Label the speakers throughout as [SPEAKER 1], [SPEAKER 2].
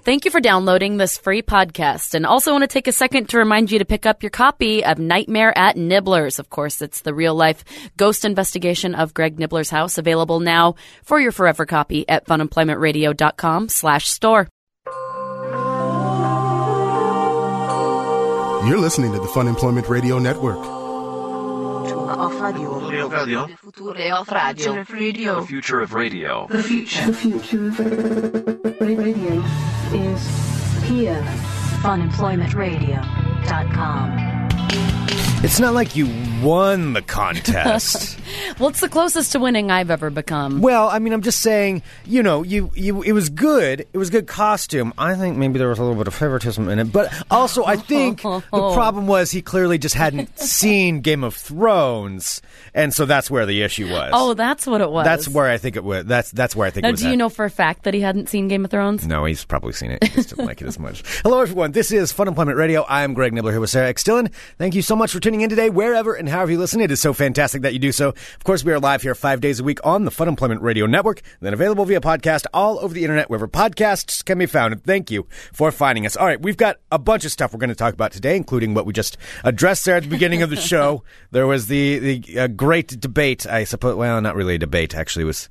[SPEAKER 1] Thank you for downloading this free podcast. And also want to take a second to remind you to pick up your copy of Nightmare at Nibbler's. Of course, it's the real life ghost investigation of Greg Nibbler's house available now for your forever copy at funemploymentradio.com slash store.
[SPEAKER 2] You're listening to the Fun Employment Radio Network.
[SPEAKER 3] Off radio.
[SPEAKER 4] Radio.
[SPEAKER 3] Future off radio.
[SPEAKER 4] The future of radio.
[SPEAKER 3] The future.
[SPEAKER 5] The future of radio is here.
[SPEAKER 6] Funemploymentradio.com.
[SPEAKER 7] It's not like you won the contest.
[SPEAKER 1] Well, it's the closest to winning I've ever become.
[SPEAKER 7] well, I mean, I'm just saying, you know, you, you it was good. It was good costume. I think maybe there was a little bit of favoritism in it, but also I think the problem was he clearly just hadn't seen Game of Thrones, and so that's where the issue was.
[SPEAKER 1] Oh, that's what it was.
[SPEAKER 7] that's where I think it was. That's that's where I think.
[SPEAKER 1] Now,
[SPEAKER 7] it was
[SPEAKER 1] do you
[SPEAKER 7] at.
[SPEAKER 1] know for a fact that he hadn't seen Game of Thrones?
[SPEAKER 7] No, he's probably seen it. He just didn't like it as much. Hello, everyone. This is Fun Employment Radio. I'm Greg Nibbler here with Sarah X. Dillon. Thank you so much for tuning in today, wherever and however you listen. It is so fantastic that you do so. Of course, we are live here five days a week on the Fun Employment Radio Network, then available via podcast all over the internet, wherever podcasts can be found. And thank you for finding us. All right, we've got a bunch of stuff we're going to talk about today, including what we just addressed there at the beginning of the show. There was the, the uh, great debate, I suppose. Well, not really a debate, actually. It was.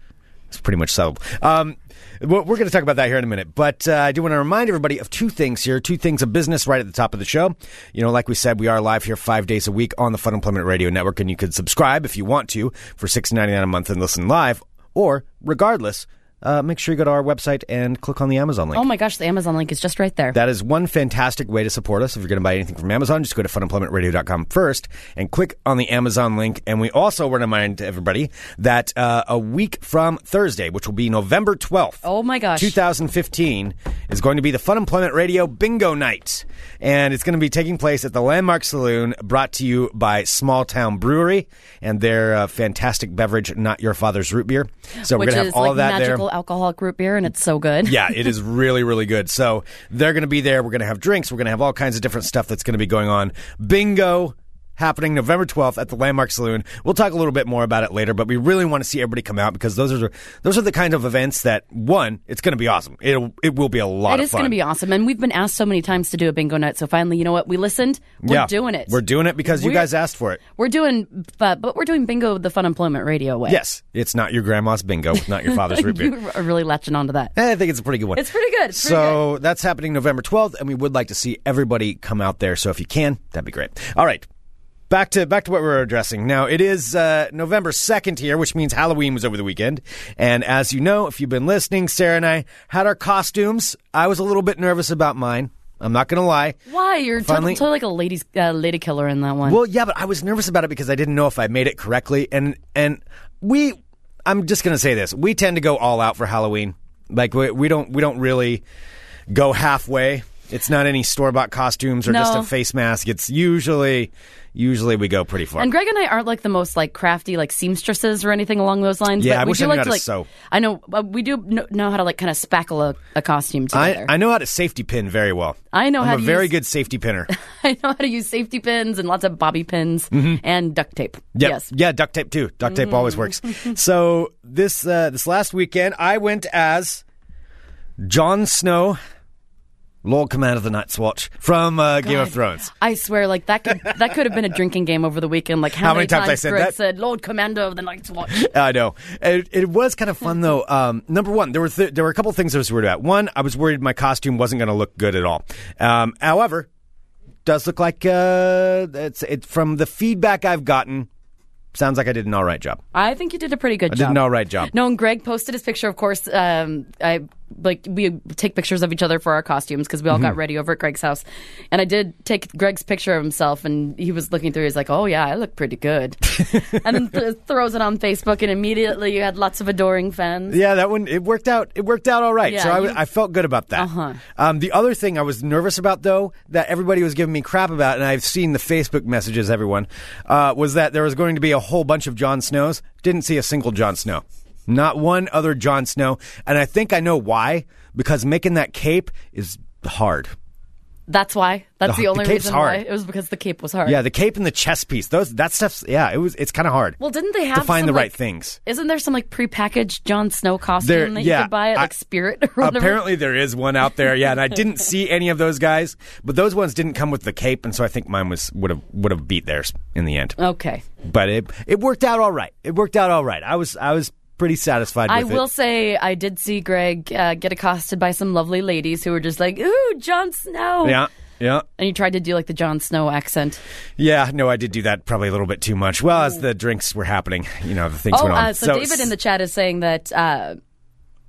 [SPEAKER 7] It's pretty much settled. Um, we're we're going to talk about that here in a minute, but uh, I do want to remind everybody of two things here, two things of business right at the top of the show. You know, like we said, we are live here five days a week on the Fun Employment Radio Network, and you can subscribe if you want to for six ninety nine a month and listen live, or regardless, uh, make sure you go to our website and click on the Amazon link.
[SPEAKER 1] Oh my gosh, the Amazon link is just right there.
[SPEAKER 7] That is one fantastic way to support us. If you're going to buy anything from Amazon, just go to funemploymentradio.com first and click on the Amazon link. And we also want to remind everybody that uh, a week from Thursday, which will be November 12th.
[SPEAKER 1] Oh my gosh.
[SPEAKER 7] 2015 is going to be the Fun Employment Radio Bingo Night. And it's going to be taking place at the Landmark Saloon, brought to you by Small Town Brewery and their uh, fantastic beverage, Not Your Father's Root Beer. So we're
[SPEAKER 1] which
[SPEAKER 7] going to
[SPEAKER 1] is
[SPEAKER 7] have all
[SPEAKER 1] like
[SPEAKER 7] of that there.
[SPEAKER 1] magical alcoholic root beer, and it's so good.
[SPEAKER 7] Yeah, it is really, really good. So they're going to be there. We're going to have drinks. We're going to have all kinds of different stuff that's going to be going on. Bingo happening November 12th at the Landmark Saloon. We'll talk a little bit more about it later, but we really want to see everybody come out because those are those are the kind of events that one, it's going to be awesome. It it will be a lot
[SPEAKER 1] It
[SPEAKER 7] of
[SPEAKER 1] is
[SPEAKER 7] fun.
[SPEAKER 1] going to be awesome. And we've been asked so many times to do a bingo night. So finally, you know what? We listened. We're
[SPEAKER 7] Yeah.
[SPEAKER 1] doing it.
[SPEAKER 7] We're doing it because you
[SPEAKER 1] We're-
[SPEAKER 7] guys asked for it.
[SPEAKER 1] We're doing, uh, but, but we're doing bingo the Fun Employment Radio way.
[SPEAKER 7] Yes, it's not your grandma's bingo, not your father's root beer.
[SPEAKER 1] You are really latching onto that.
[SPEAKER 7] Eh, I think it's a pretty good one.
[SPEAKER 1] It's pretty good. It's pretty
[SPEAKER 7] so that's happening November 12th, and we would like to see everybody come out there. So if you can, that'd be great. All right. Back to back to what we were addressing. Now it is uh, November second here, which means Halloween was over the weekend. And as you know, if you've been listening, Sarah and I had our costumes. I was a little bit nervous about mine. I'm not gonna lie.
[SPEAKER 1] Why? You're tot-
[SPEAKER 7] Finally-
[SPEAKER 1] totally like a ladies, uh, lady killer in that one.
[SPEAKER 7] Well, yeah, but I was nervous about it because I didn't know if I made it correctly, and and we, I'm just gonna say this: we tend to go all out for Halloween. Like we, we don't we don't really go halfway. It's not any store bought costumes or just
[SPEAKER 1] No.
[SPEAKER 7] a face mask. It's usually usually we go pretty far.
[SPEAKER 1] and Greg and I aren't like the most like crafty like seamstresses or anything along those lines.
[SPEAKER 7] Yeah,
[SPEAKER 1] but
[SPEAKER 7] I
[SPEAKER 1] we
[SPEAKER 7] wish
[SPEAKER 1] do
[SPEAKER 7] I knew
[SPEAKER 1] like
[SPEAKER 7] how
[SPEAKER 1] to
[SPEAKER 7] to
[SPEAKER 1] like
[SPEAKER 7] sew.
[SPEAKER 1] I know uh, we do kn- know how to like kind of spackle a, a costume
[SPEAKER 7] I,
[SPEAKER 1] together.
[SPEAKER 7] I know how to safety pin very well.
[SPEAKER 1] I know
[SPEAKER 7] I'm
[SPEAKER 1] how
[SPEAKER 7] a
[SPEAKER 1] to
[SPEAKER 7] very
[SPEAKER 1] use-
[SPEAKER 7] good safety pinner.
[SPEAKER 1] I know how to use safety pins and lots of bobby pins and duct tape.
[SPEAKER 7] Mm-hmm. Yep.
[SPEAKER 1] Yes.
[SPEAKER 7] Yeah, duct tape too. Duct tape always works. so this uh, this last weekend, I went as Jon Snow, Lord Commander of the Night's Watch from uh, Game of Thrones.
[SPEAKER 1] I swear, like that could that could have been a drinking game over the weekend. Like how,
[SPEAKER 7] How many times I said
[SPEAKER 1] Greg
[SPEAKER 7] that?
[SPEAKER 1] said Lord Commander of the Night's Watch.
[SPEAKER 7] I know. It, it was kind of fun though. Um, number one, there were th- there were a couple things I was worried about. One, I was worried my costume wasn't going to look good at all. Um, however, does look like uh, it's it from the feedback I've gotten. Sounds like I did an all right job.
[SPEAKER 1] I think you did a pretty good
[SPEAKER 7] I
[SPEAKER 1] job.
[SPEAKER 7] did an all right job.
[SPEAKER 1] No, and Greg posted his picture. Of course, um, I like we take pictures of each other for our costumes because we all
[SPEAKER 7] Mm-hmm.
[SPEAKER 1] got ready over at Greg's house, and I did take Greg's picture of himself, and he was looking through. He's like, "Oh yeah, I look pretty good," and then th- throws it on Facebook, and immediately you had lots of adoring fans.
[SPEAKER 7] Yeah, that one it worked out. It worked out all right.
[SPEAKER 1] Yeah,
[SPEAKER 7] so I,
[SPEAKER 1] you-
[SPEAKER 7] w- I felt good about that.
[SPEAKER 1] Uh-huh.
[SPEAKER 7] Um, the other thing I was nervous about though that everybody was giving me crap about, and I've seen the Facebook messages. Everyone uh, was that there was going to be a whole bunch of Jon Snows. Didn't see a single Jon Snow. Not one other Jon Snow. And I think I know why. Because making that cape is hard.
[SPEAKER 1] That's why. That's
[SPEAKER 7] The-
[SPEAKER 1] the only
[SPEAKER 7] the cape's
[SPEAKER 1] reason
[SPEAKER 7] hard.
[SPEAKER 1] why. It was because the cape was hard.
[SPEAKER 7] Yeah, the cape and the chest piece. Those that stuff's yeah, it was it's kind of hard.
[SPEAKER 1] Well, didn't they have
[SPEAKER 7] to find
[SPEAKER 1] some,
[SPEAKER 7] the right
[SPEAKER 1] like-
[SPEAKER 7] things?
[SPEAKER 1] Isn't there some like prepackaged Jon Snow costume
[SPEAKER 7] There-
[SPEAKER 1] that
[SPEAKER 7] yeah,
[SPEAKER 1] you could buy at
[SPEAKER 7] I-
[SPEAKER 1] like Spirit or whatever?
[SPEAKER 7] Apparently there is one out there. Yeah, and I didn't see any of those guys, but those ones didn't come with the cape, and so I think mine was would have would have beat theirs in the end.
[SPEAKER 1] Okay.
[SPEAKER 7] But it it worked out all right. It worked out all right. I was I was pretty satisfied.
[SPEAKER 1] I
[SPEAKER 7] with
[SPEAKER 1] will
[SPEAKER 7] It.
[SPEAKER 1] say I did see Greg uh, get accosted by some lovely ladies who were just like, "Ooh, Jon Snow."
[SPEAKER 7] Yeah. Yeah.
[SPEAKER 1] And he tried to do like the Jon Snow accent.
[SPEAKER 7] Yeah. No, I did do that probably a little bit too much. Well, as the drinks were happening, you know, the things
[SPEAKER 1] oh,
[SPEAKER 7] went on.
[SPEAKER 1] uh, so, David in the chat is saying that uh,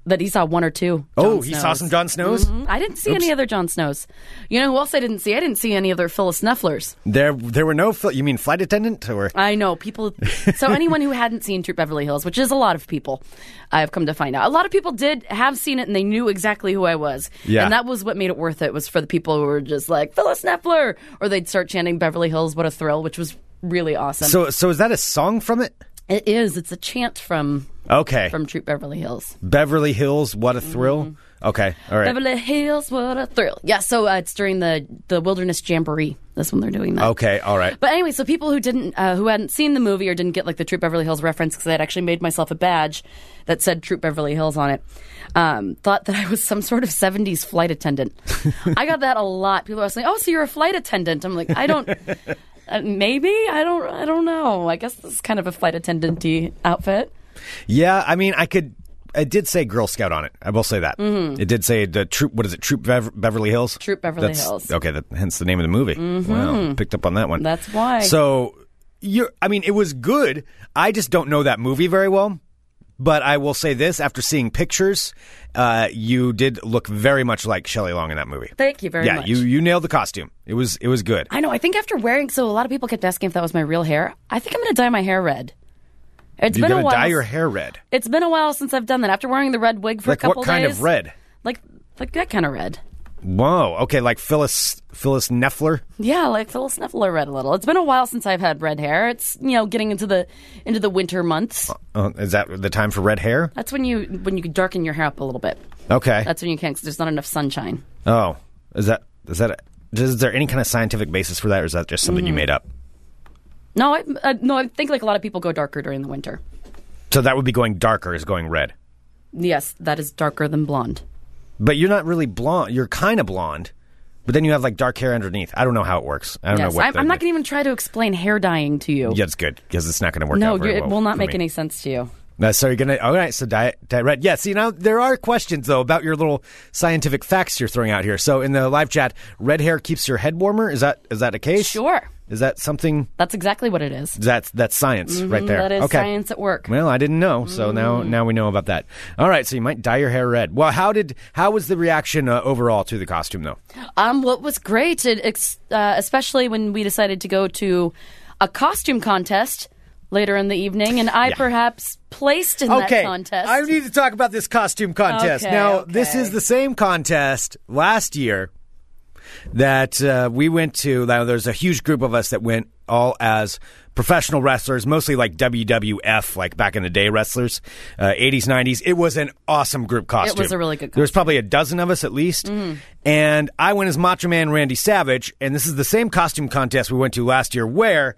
[SPEAKER 1] that he saw one or two. Jon
[SPEAKER 7] Oh, he saw
[SPEAKER 1] Snows. Mm-hmm.
[SPEAKER 7] some Jon Snows?
[SPEAKER 1] I didn't see any other Jon Snows. You know who else I didn't see? I didn't see any other Phyllis Nefflers.
[SPEAKER 7] There there were no fl- you mean flight attendant or
[SPEAKER 1] I know people. So anyone who hadn't seen Troop Beverly Hills, which is a lot of people, I have come to find out. A lot of people did have seen it, and they knew exactly who I was.
[SPEAKER 7] Yeah.
[SPEAKER 1] and that was what made it worth it. Was for the people who were just like Phyllis Neffler, or they'd start chanting Beverly Hills, "What a thrill," which was really awesome.
[SPEAKER 7] So so is that a song from it?
[SPEAKER 1] it is. It's a chant from
[SPEAKER 7] Okay.
[SPEAKER 1] from Troop Beverly Hills.
[SPEAKER 7] Beverly Hills, what a thrill. Okay. All right.
[SPEAKER 1] Mm-hmm. Beverly Hills, what a thrill! Yeah. So uh, it's during the the Wilderness Jamboree. That's when they're doing that.
[SPEAKER 7] okay, all right.
[SPEAKER 1] But anyway, so people who didn't, uh, who hadn't seen the movie or didn't get like the Troop Beverly Hills reference, because I had actually made myself a badge that said Troop Beverly Hills on it, um, thought that I was some sort of '70s flight attendant. I got that a lot. People are saying, "Oh, so you're a flight attendant?" I'm like, I don't. Uh, maybe I don't. I don't know. I guess this is kind of a flight attendant-y outfit.
[SPEAKER 7] Yeah, I mean, I could I did say Girl Scout on it. I will say that. It did say the troop what is it? Troop Bev- Beverly Hills?
[SPEAKER 1] Mm-hmm. Troop Beverly
[SPEAKER 7] That's-
[SPEAKER 1] Hills. Mm-hmm.
[SPEAKER 7] Okay, that, hence the name of the movie. Wow. Picked up on that one.
[SPEAKER 1] That's why.
[SPEAKER 7] So you are I mean, it was good. I just don't know that movie very well. But I will say this after seeing pictures, uh, you did look very much like Shelley Long in that movie.
[SPEAKER 1] Thank you very
[SPEAKER 7] yeah,
[SPEAKER 1] much.
[SPEAKER 7] you you nailed the costume. It was it was good.
[SPEAKER 1] I know. I think after wearing, so a lot of people kept asking if that was my real hair. I think I'm going to dye my hair red. It's
[SPEAKER 7] You're
[SPEAKER 1] been a
[SPEAKER 7] gonna
[SPEAKER 1] while.
[SPEAKER 7] dye your hair red.
[SPEAKER 1] It's been a while since I've done that. After wearing the red wig for a
[SPEAKER 7] Like
[SPEAKER 1] couple
[SPEAKER 7] what kind
[SPEAKER 1] days,
[SPEAKER 7] of red?
[SPEAKER 1] Like like that kind of red.
[SPEAKER 7] Whoa. Okay, like Phyllis Phyllis Neffler.
[SPEAKER 1] Yeah, like Phyllis Neffler red a little. It's been a while since I've had red hair. It's you know getting into the into the winter months.
[SPEAKER 7] Uh, is that the time for red hair?
[SPEAKER 1] That's when you when you darken your hair up a little bit.
[SPEAKER 7] Okay.
[SPEAKER 1] That's when you can because there's not enough sunshine.
[SPEAKER 7] oh, is that is that is there any kind of scientific basis for that, or is that just
[SPEAKER 1] Mm-hmm.
[SPEAKER 7] something you made up?
[SPEAKER 1] No, I uh, no, I think like a lot of people go darker during the winter.
[SPEAKER 7] So that would be going darker is going red.
[SPEAKER 1] Yes, that is darker than blonde.
[SPEAKER 7] But you're not really blonde. You're kind of blonde, but then you have like dark hair underneath. I don't know how it works. I don't
[SPEAKER 1] Yes,
[SPEAKER 7] know what.
[SPEAKER 1] I'm,
[SPEAKER 7] the-
[SPEAKER 1] I'm not going to even try to explain hair dyeing to you.
[SPEAKER 7] Yeah, it's good because it's not going to work.
[SPEAKER 1] no,
[SPEAKER 7] out very
[SPEAKER 1] you- it
[SPEAKER 7] well
[SPEAKER 1] will not
[SPEAKER 7] for
[SPEAKER 1] make
[SPEAKER 7] me.
[SPEAKER 1] any sense to you.
[SPEAKER 7] Uh, so you're gonna all right. So diet, diet red. Yeah. See now there are questions though about your little scientific facts you're throwing out here. So in the live chat, red hair keeps your head warmer. Is that is that a case?
[SPEAKER 1] Sure,
[SPEAKER 7] Is that something
[SPEAKER 1] that's exactly what it is.
[SPEAKER 7] that's that's science right there?
[SPEAKER 1] Mm-hmm, That is
[SPEAKER 7] okay.
[SPEAKER 1] science at work. Mm-hmm.
[SPEAKER 7] Well, I didn't know, so now now we know about that. All right, so you might dye your hair red. Well, how did how was the reaction uh, overall to the costume though?
[SPEAKER 1] Um, what was great, it, ex- uh, especially when we decided to go to a costume contest later in the evening, and I perhaps placed in
[SPEAKER 7] okay,
[SPEAKER 1] that contest.
[SPEAKER 7] I need to talk about this costume contest.
[SPEAKER 1] Okay,
[SPEAKER 7] now, this
[SPEAKER 1] okay.
[SPEAKER 7] is the same contest last year that uh, we went to. Now, there's a huge group of us that went all as professional wrestlers, mostly like WWF, like back in the day wrestlers, uh, 80s, 90s. It was an awesome group costume.
[SPEAKER 1] a really good Mm-hmm.
[SPEAKER 7] There was probably a dozen of us at least. And I went as Macho Man Randy Savage, and this is the same costume contest we went to last year where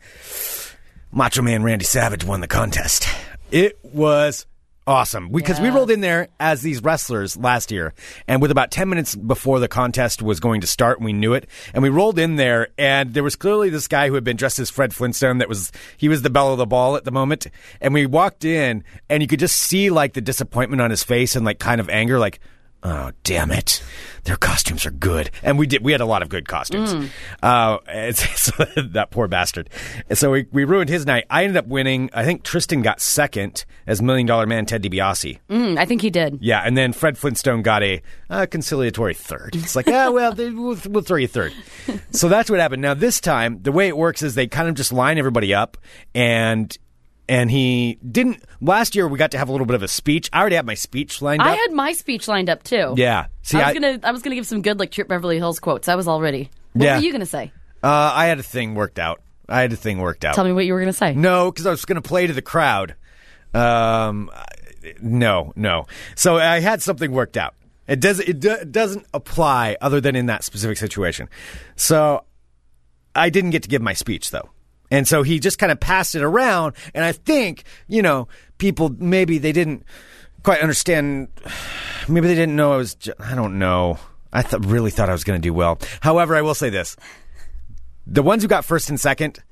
[SPEAKER 7] Macho Man Randy Savage won the contest. It was awesome because we rolled in there as these wrestlers last year, and with about 10 minutes before the contest was going to start, we knew it. And we rolled in there, and there was clearly this guy who had been dressed as Fred Flintstone that was, he was the belle of the ball at the moment. And we walked in, and you could just see like the disappointment on his face and like kind of anger, like, Oh damn it! Their costumes are good, and we did. We had a lot of good costumes.
[SPEAKER 1] Mm.
[SPEAKER 7] Uh, and so- so that poor bastard. And so we, we ruined his night. I ended up winning. I think Tristan got second as Million Dollar Man Ted DiBiase.
[SPEAKER 1] Mm, I think he did.
[SPEAKER 7] Yeah, and then Fred Flintstone got a uh, conciliatory third. It's like, yeah, well, they, we'll, we'll throw you third. so that's what happened. Now this time, the way it works is they kind of just line everybody up, and and he didn't. Last year we got to have a little bit of a speech. I already had my speech lined
[SPEAKER 1] I
[SPEAKER 7] up.
[SPEAKER 1] had my speech lined up too.
[SPEAKER 7] yeah. See,
[SPEAKER 1] I was gonna. I was gonna give some good like Trip Beverly Hills quotes. I was all ready. What
[SPEAKER 7] Yeah.
[SPEAKER 1] were you gonna say?
[SPEAKER 7] Uh, I had a thing worked out. I had a thing worked out.
[SPEAKER 1] Tell me what you were gonna say.
[SPEAKER 7] No, because I was going to play to the crowd. Um, I- no, no. So I had something worked out. It does it do, doesn't apply other than in that specific situation. So I didn't get to give my speech though. And so he just kind of passed it around and I think, you know, people maybe they didn't quite understand maybe they didn't know I was ju- I don't know. I th- really thought I was going to do well. However, I will say this. The ones who got first and second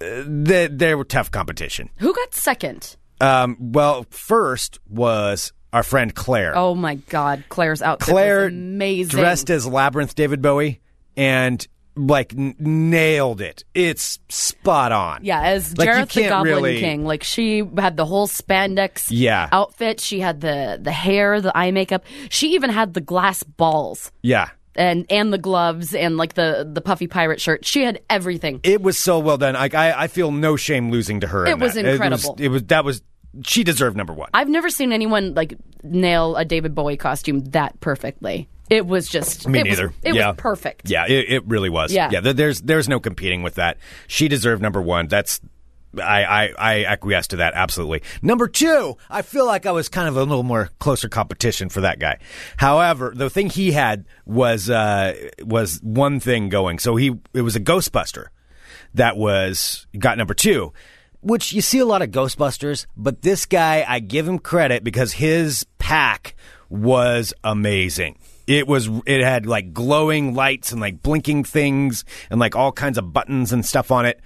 [SPEAKER 7] uh, they, they were tough competition.
[SPEAKER 1] Who got second?
[SPEAKER 7] Um, well, first was our friend Claire.
[SPEAKER 1] Oh my God, Claire's outfit
[SPEAKER 7] Claire
[SPEAKER 1] was amazing.
[SPEAKER 7] dressed as Labyrinth David Bowie and like n- nailed it. It's spot on.
[SPEAKER 1] yeah, as
[SPEAKER 7] Like, you
[SPEAKER 1] Jareth the
[SPEAKER 7] can't
[SPEAKER 1] Goblin
[SPEAKER 7] really-
[SPEAKER 1] King. Like she had the whole spandex
[SPEAKER 7] Yeah.
[SPEAKER 1] outfit. She had the the hair, the eye makeup. She even had the glass balls
[SPEAKER 7] Yeah.
[SPEAKER 1] and and the gloves and like the the puffy pirate shirt. She had everything.
[SPEAKER 7] It was so well done. Like I, I feel no shame losing to her. in
[SPEAKER 1] It was
[SPEAKER 7] that.
[SPEAKER 1] incredible.
[SPEAKER 7] It was, it was that was she deserved number one.
[SPEAKER 1] I've never seen anyone like nail a David Bowie costume that perfectly. It was just
[SPEAKER 7] Me
[SPEAKER 1] it was-
[SPEAKER 7] neither.
[SPEAKER 1] it
[SPEAKER 7] yeah.
[SPEAKER 1] was perfect.
[SPEAKER 7] Yeah, it, it really was.
[SPEAKER 1] Yeah.
[SPEAKER 7] yeah. there- There's there's no competing with that. She deserved number one. That's I, I I acquiesce to that absolutely. Number two, I feel like I was kind of a little more closer competition for that guy. However, the thing he had was uh was one thing going. So he it was a Ghostbuster that was got number two. Which you see a lot of Ghostbusters, but this guy, I give him credit because his pack was amazing. It was it had like glowing lights and like blinking things and like all kinds of buttons and stuff on it.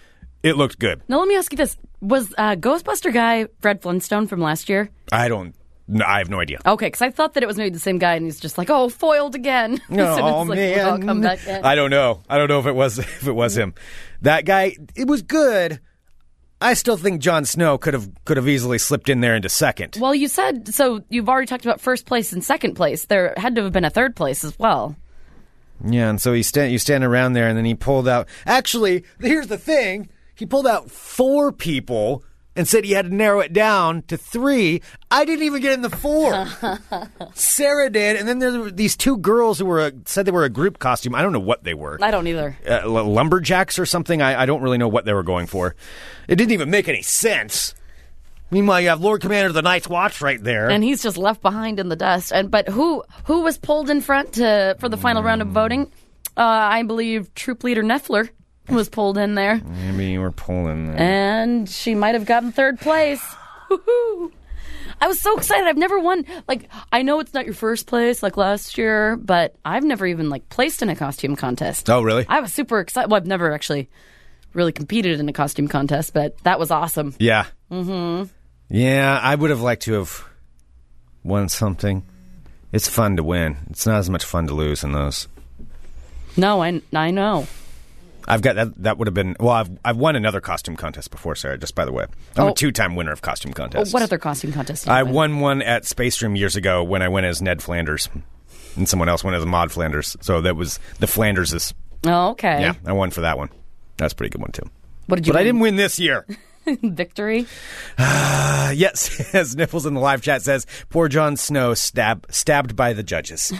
[SPEAKER 7] It looked good.
[SPEAKER 1] Now let me ask you this: Was uh, Ghostbuster guy Fred Flintstone from last year?
[SPEAKER 7] I don't. No, I have no idea.
[SPEAKER 1] Okay, because I thought that it was maybe the same guy, and he's just like, "Oh, foiled again." so
[SPEAKER 7] oh,
[SPEAKER 1] it's like, well, I'll come back in.
[SPEAKER 7] I don't know. I don't know if it was if it was him. That guy. It was good. I still think Jon Snow could have could have easily slipped in there into second.
[SPEAKER 1] well, you said so. You've already talked about first place and second place. There had to have been a third place as well.
[SPEAKER 7] Yeah, and so he stand you stand around there, and then he pulled out. Actually, here's the thing: he pulled out four people and said he had to narrow it down to three. I didn't even get in the four. Sarah did, and then there were these two girls who were a, said they were a group costume. I don't know what they were.
[SPEAKER 1] I don't either.
[SPEAKER 7] Uh, l- lumberjacks or something. I, I don't really know what they were going for. It didn't even make any sense. Meanwhile, you have Lord Commander of the Night's Watch right there.
[SPEAKER 1] And he's just left behind in the dust. And but who who was pulled in front to for the final round of voting? Uh, I believe troop leader Neffler was pulled in there,
[SPEAKER 7] Maybe you were pulling. Them.
[SPEAKER 1] and she might have gotten third place. Woohoo! I was so excited. I've never won. Like I know it's not your first place, like last year, but I've never even like placed in a costume contest.
[SPEAKER 7] oh, really?
[SPEAKER 1] I was super excited. Well, I've never actually really competed in a costume contest, but that was awesome.
[SPEAKER 7] Yeah. Mm-hmm. Yeah, I would have liked to have won something. It's fun to win. It's not as much fun to lose in those.
[SPEAKER 1] No, I I know.
[SPEAKER 7] I've got that. That would have been well. I've I've won another costume contest before, Sarah. Just by the way, I'm
[SPEAKER 1] Oh.
[SPEAKER 7] a two-time winner of costume
[SPEAKER 1] Oh,
[SPEAKER 7] contests.
[SPEAKER 1] what other costume contest? did you
[SPEAKER 7] I
[SPEAKER 1] win?
[SPEAKER 7] won one at Space Dream years ago when I went as Ned Flanders, and someone else went as Maud Flanders. So that was the Flanderses.
[SPEAKER 1] Oh, okay.
[SPEAKER 7] Yeah, I won for that one. That's a pretty good one too.
[SPEAKER 1] What did you?
[SPEAKER 7] But I
[SPEAKER 1] win?
[SPEAKER 7] didn't win this year.
[SPEAKER 1] victory.
[SPEAKER 7] Uh, yes, as Nipples in the live chat says, poor Jon Snow stab, stabbed by the judges.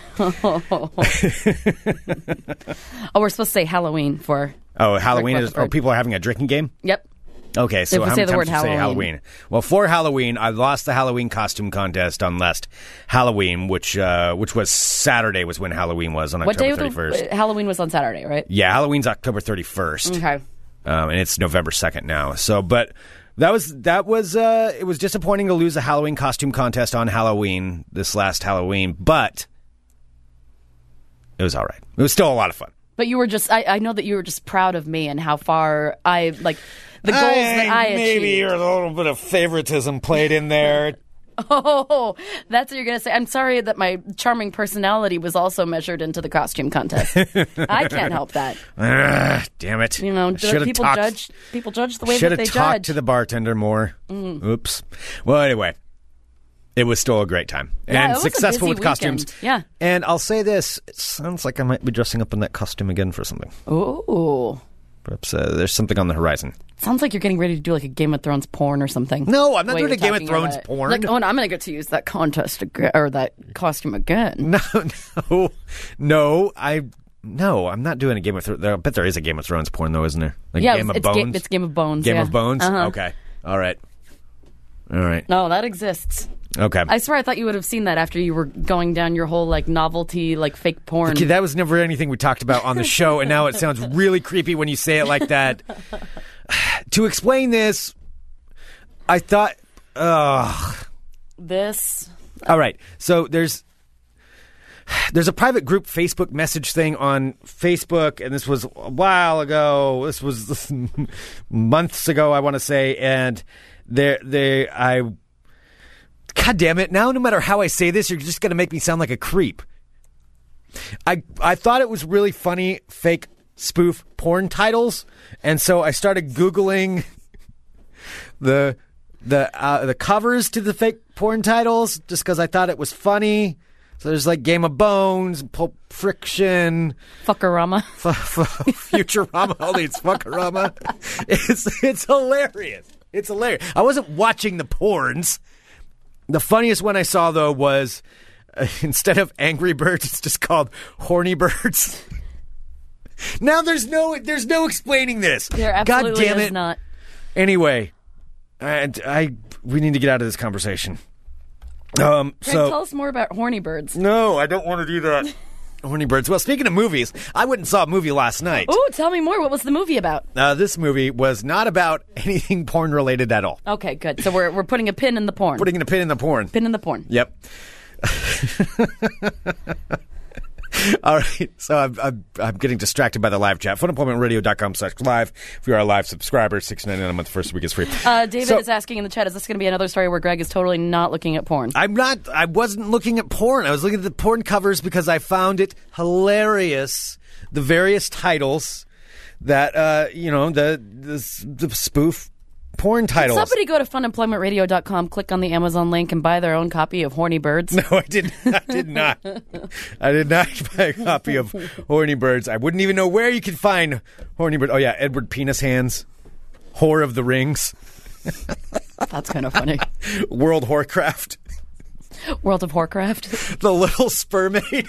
[SPEAKER 1] Oh, we're supposed to say Halloween for.
[SPEAKER 7] Oh, Halloween
[SPEAKER 1] Rick
[SPEAKER 7] is. Oh,
[SPEAKER 1] Rutherford.
[SPEAKER 7] people are having a drinking game.
[SPEAKER 1] Yep.
[SPEAKER 7] Okay, so
[SPEAKER 1] we
[SPEAKER 7] how
[SPEAKER 1] say
[SPEAKER 7] many
[SPEAKER 1] the
[SPEAKER 7] times
[SPEAKER 1] word
[SPEAKER 7] do you say
[SPEAKER 1] Halloween.
[SPEAKER 7] Halloween? Well, for Halloween, I lost the Halloween costume contest on last Halloween, which uh, which was Saturday, was when Halloween was on
[SPEAKER 1] What day
[SPEAKER 7] October
[SPEAKER 1] of
[SPEAKER 7] thirty first.
[SPEAKER 1] the Halloween was on Saturday, right?
[SPEAKER 7] yeah, Halloween's October thirty first,
[SPEAKER 1] Okay.
[SPEAKER 7] um, and it's November second now. So, but that was that was uh, it was disappointing to lose a Halloween costume contest on Halloween this last Halloween, but it was all right. It was still a lot of fun.
[SPEAKER 1] But you were just I, I know that you were just proud of me and how far I like the goals that I
[SPEAKER 7] maybe
[SPEAKER 1] achieved.
[SPEAKER 7] a little bit of favoritism played in there.
[SPEAKER 1] Oh, that's what you're gonna say. I'm sorry that my charming personality was also measured into the costume contest. I can't help that.
[SPEAKER 7] Ugh, damn it!
[SPEAKER 1] You know,
[SPEAKER 7] I should've
[SPEAKER 1] people
[SPEAKER 7] talked-
[SPEAKER 1] judge people judge the way
[SPEAKER 7] Should
[SPEAKER 1] that they
[SPEAKER 7] have talked
[SPEAKER 1] judge. Mm.
[SPEAKER 7] to the bartender more. Oops. Well, anyway, it was still a great time
[SPEAKER 1] Yeah,
[SPEAKER 7] and
[SPEAKER 1] it was a
[SPEAKER 7] successful
[SPEAKER 1] busy
[SPEAKER 7] with costumes.
[SPEAKER 1] weekend. Yeah.
[SPEAKER 7] And I'll say this: it sounds like I might be dressing up in that costume again for something.
[SPEAKER 1] Ooh.
[SPEAKER 7] Perhaps uh, there's something on the horizon.
[SPEAKER 1] Sounds like you're getting ready to do like a Game of Thrones porn or something.
[SPEAKER 7] No, I'm not
[SPEAKER 1] Way
[SPEAKER 7] doing
[SPEAKER 1] you're
[SPEAKER 7] a Game of
[SPEAKER 1] talking
[SPEAKER 7] Thrones
[SPEAKER 1] about it.
[SPEAKER 7] porn.
[SPEAKER 1] Like, oh, and I'm gonna get to use that contest again, or that costume again.
[SPEAKER 7] No, no, no. I no, I'm not doing a Game of Thrones. I bet there is a Game of Thrones porn though, isn't there? Like
[SPEAKER 1] Yeah, it's,
[SPEAKER 7] Game of
[SPEAKER 1] it's,
[SPEAKER 7] Bones.
[SPEAKER 1] Ga- it's Game of Bones.
[SPEAKER 7] Game
[SPEAKER 1] yeah.
[SPEAKER 7] of Bones.
[SPEAKER 1] Uh-huh.
[SPEAKER 7] Okay. All right. All right.
[SPEAKER 1] No, that exists.
[SPEAKER 7] Okay.
[SPEAKER 1] I swear I thought you would have seen that after you were going down your whole like novelty, like fake porn.
[SPEAKER 7] Okay, that was never anything we talked about on the show, and now it sounds really creepy when you say it like that. to explain this, I thought, ugh.
[SPEAKER 1] this.
[SPEAKER 7] All right, so there's there's a private group Facebook message thing on Facebook, and this was a while ago. This was months ago, I want to say, and there, they, I, God damn it! Now, no matter how I say this, you're just gonna make me sound like a creep. I I thought it was really funny fake spoof porn titles, and so I started googling the the uh, the covers to the fake porn titles just because I thought it was funny. So there's like Game of Bones, Pulp Friction,
[SPEAKER 1] Fuckerama.
[SPEAKER 7] fu- fu- Futurama. Holy, it's Fuckerama. It's it's hilarious. It's hilarious. I wasn't watching the porns. The funniest one I saw though was uh, instead of Angry Birds, it's just called Horny Birds. now there's no there's no explaining this.
[SPEAKER 1] There
[SPEAKER 7] God
[SPEAKER 1] absolutely
[SPEAKER 7] damn
[SPEAKER 1] is
[SPEAKER 7] it!
[SPEAKER 1] not.
[SPEAKER 7] Anyway, I, I we need to get out of this conversation. Um,
[SPEAKER 1] Craig,
[SPEAKER 7] so
[SPEAKER 1] tell us more about horny birds.
[SPEAKER 7] no, I don't want to do that. Horny birds. Well, speaking of movies, I went and saw a movie last night.
[SPEAKER 1] Ooh, tell me more. What was the movie about?
[SPEAKER 7] Uh, this movie was not about anything porn related at all.
[SPEAKER 1] Okay, good. So we're we're putting a pin in the porn.
[SPEAKER 7] Putting a pin in the porn.
[SPEAKER 1] pin in the porn.
[SPEAKER 7] Yep. All right, so I'm, I'm, I'm getting distracted by the live chat. FunEmploymentRadio.com slash live. If you are a live subscriber, six ninety nine a month. First week is free.
[SPEAKER 1] Uh, David
[SPEAKER 7] So-
[SPEAKER 1] is asking in the chat: Is this going to be another story where Greg is totally not looking at porn?
[SPEAKER 7] I'm not. I wasn't looking at porn. I was looking at the porn covers because I found it hilarious. The various titles that uh, you know the, the s- the spoof porn titles.
[SPEAKER 1] Somebody go to funemploymentradio.com, click on the Amazon link, and buy their own copy of Horny Birds.
[SPEAKER 7] No, I did. I did not. I did not buy a copy of Horny Birds. I wouldn't even know where you could find Horny Bird. Oh yeah, Edward Penis Hands, Whore of the Rings,
[SPEAKER 1] That's kind of funny.
[SPEAKER 7] World Horcraft,
[SPEAKER 1] World of Warcraft.
[SPEAKER 7] The Little Spermate.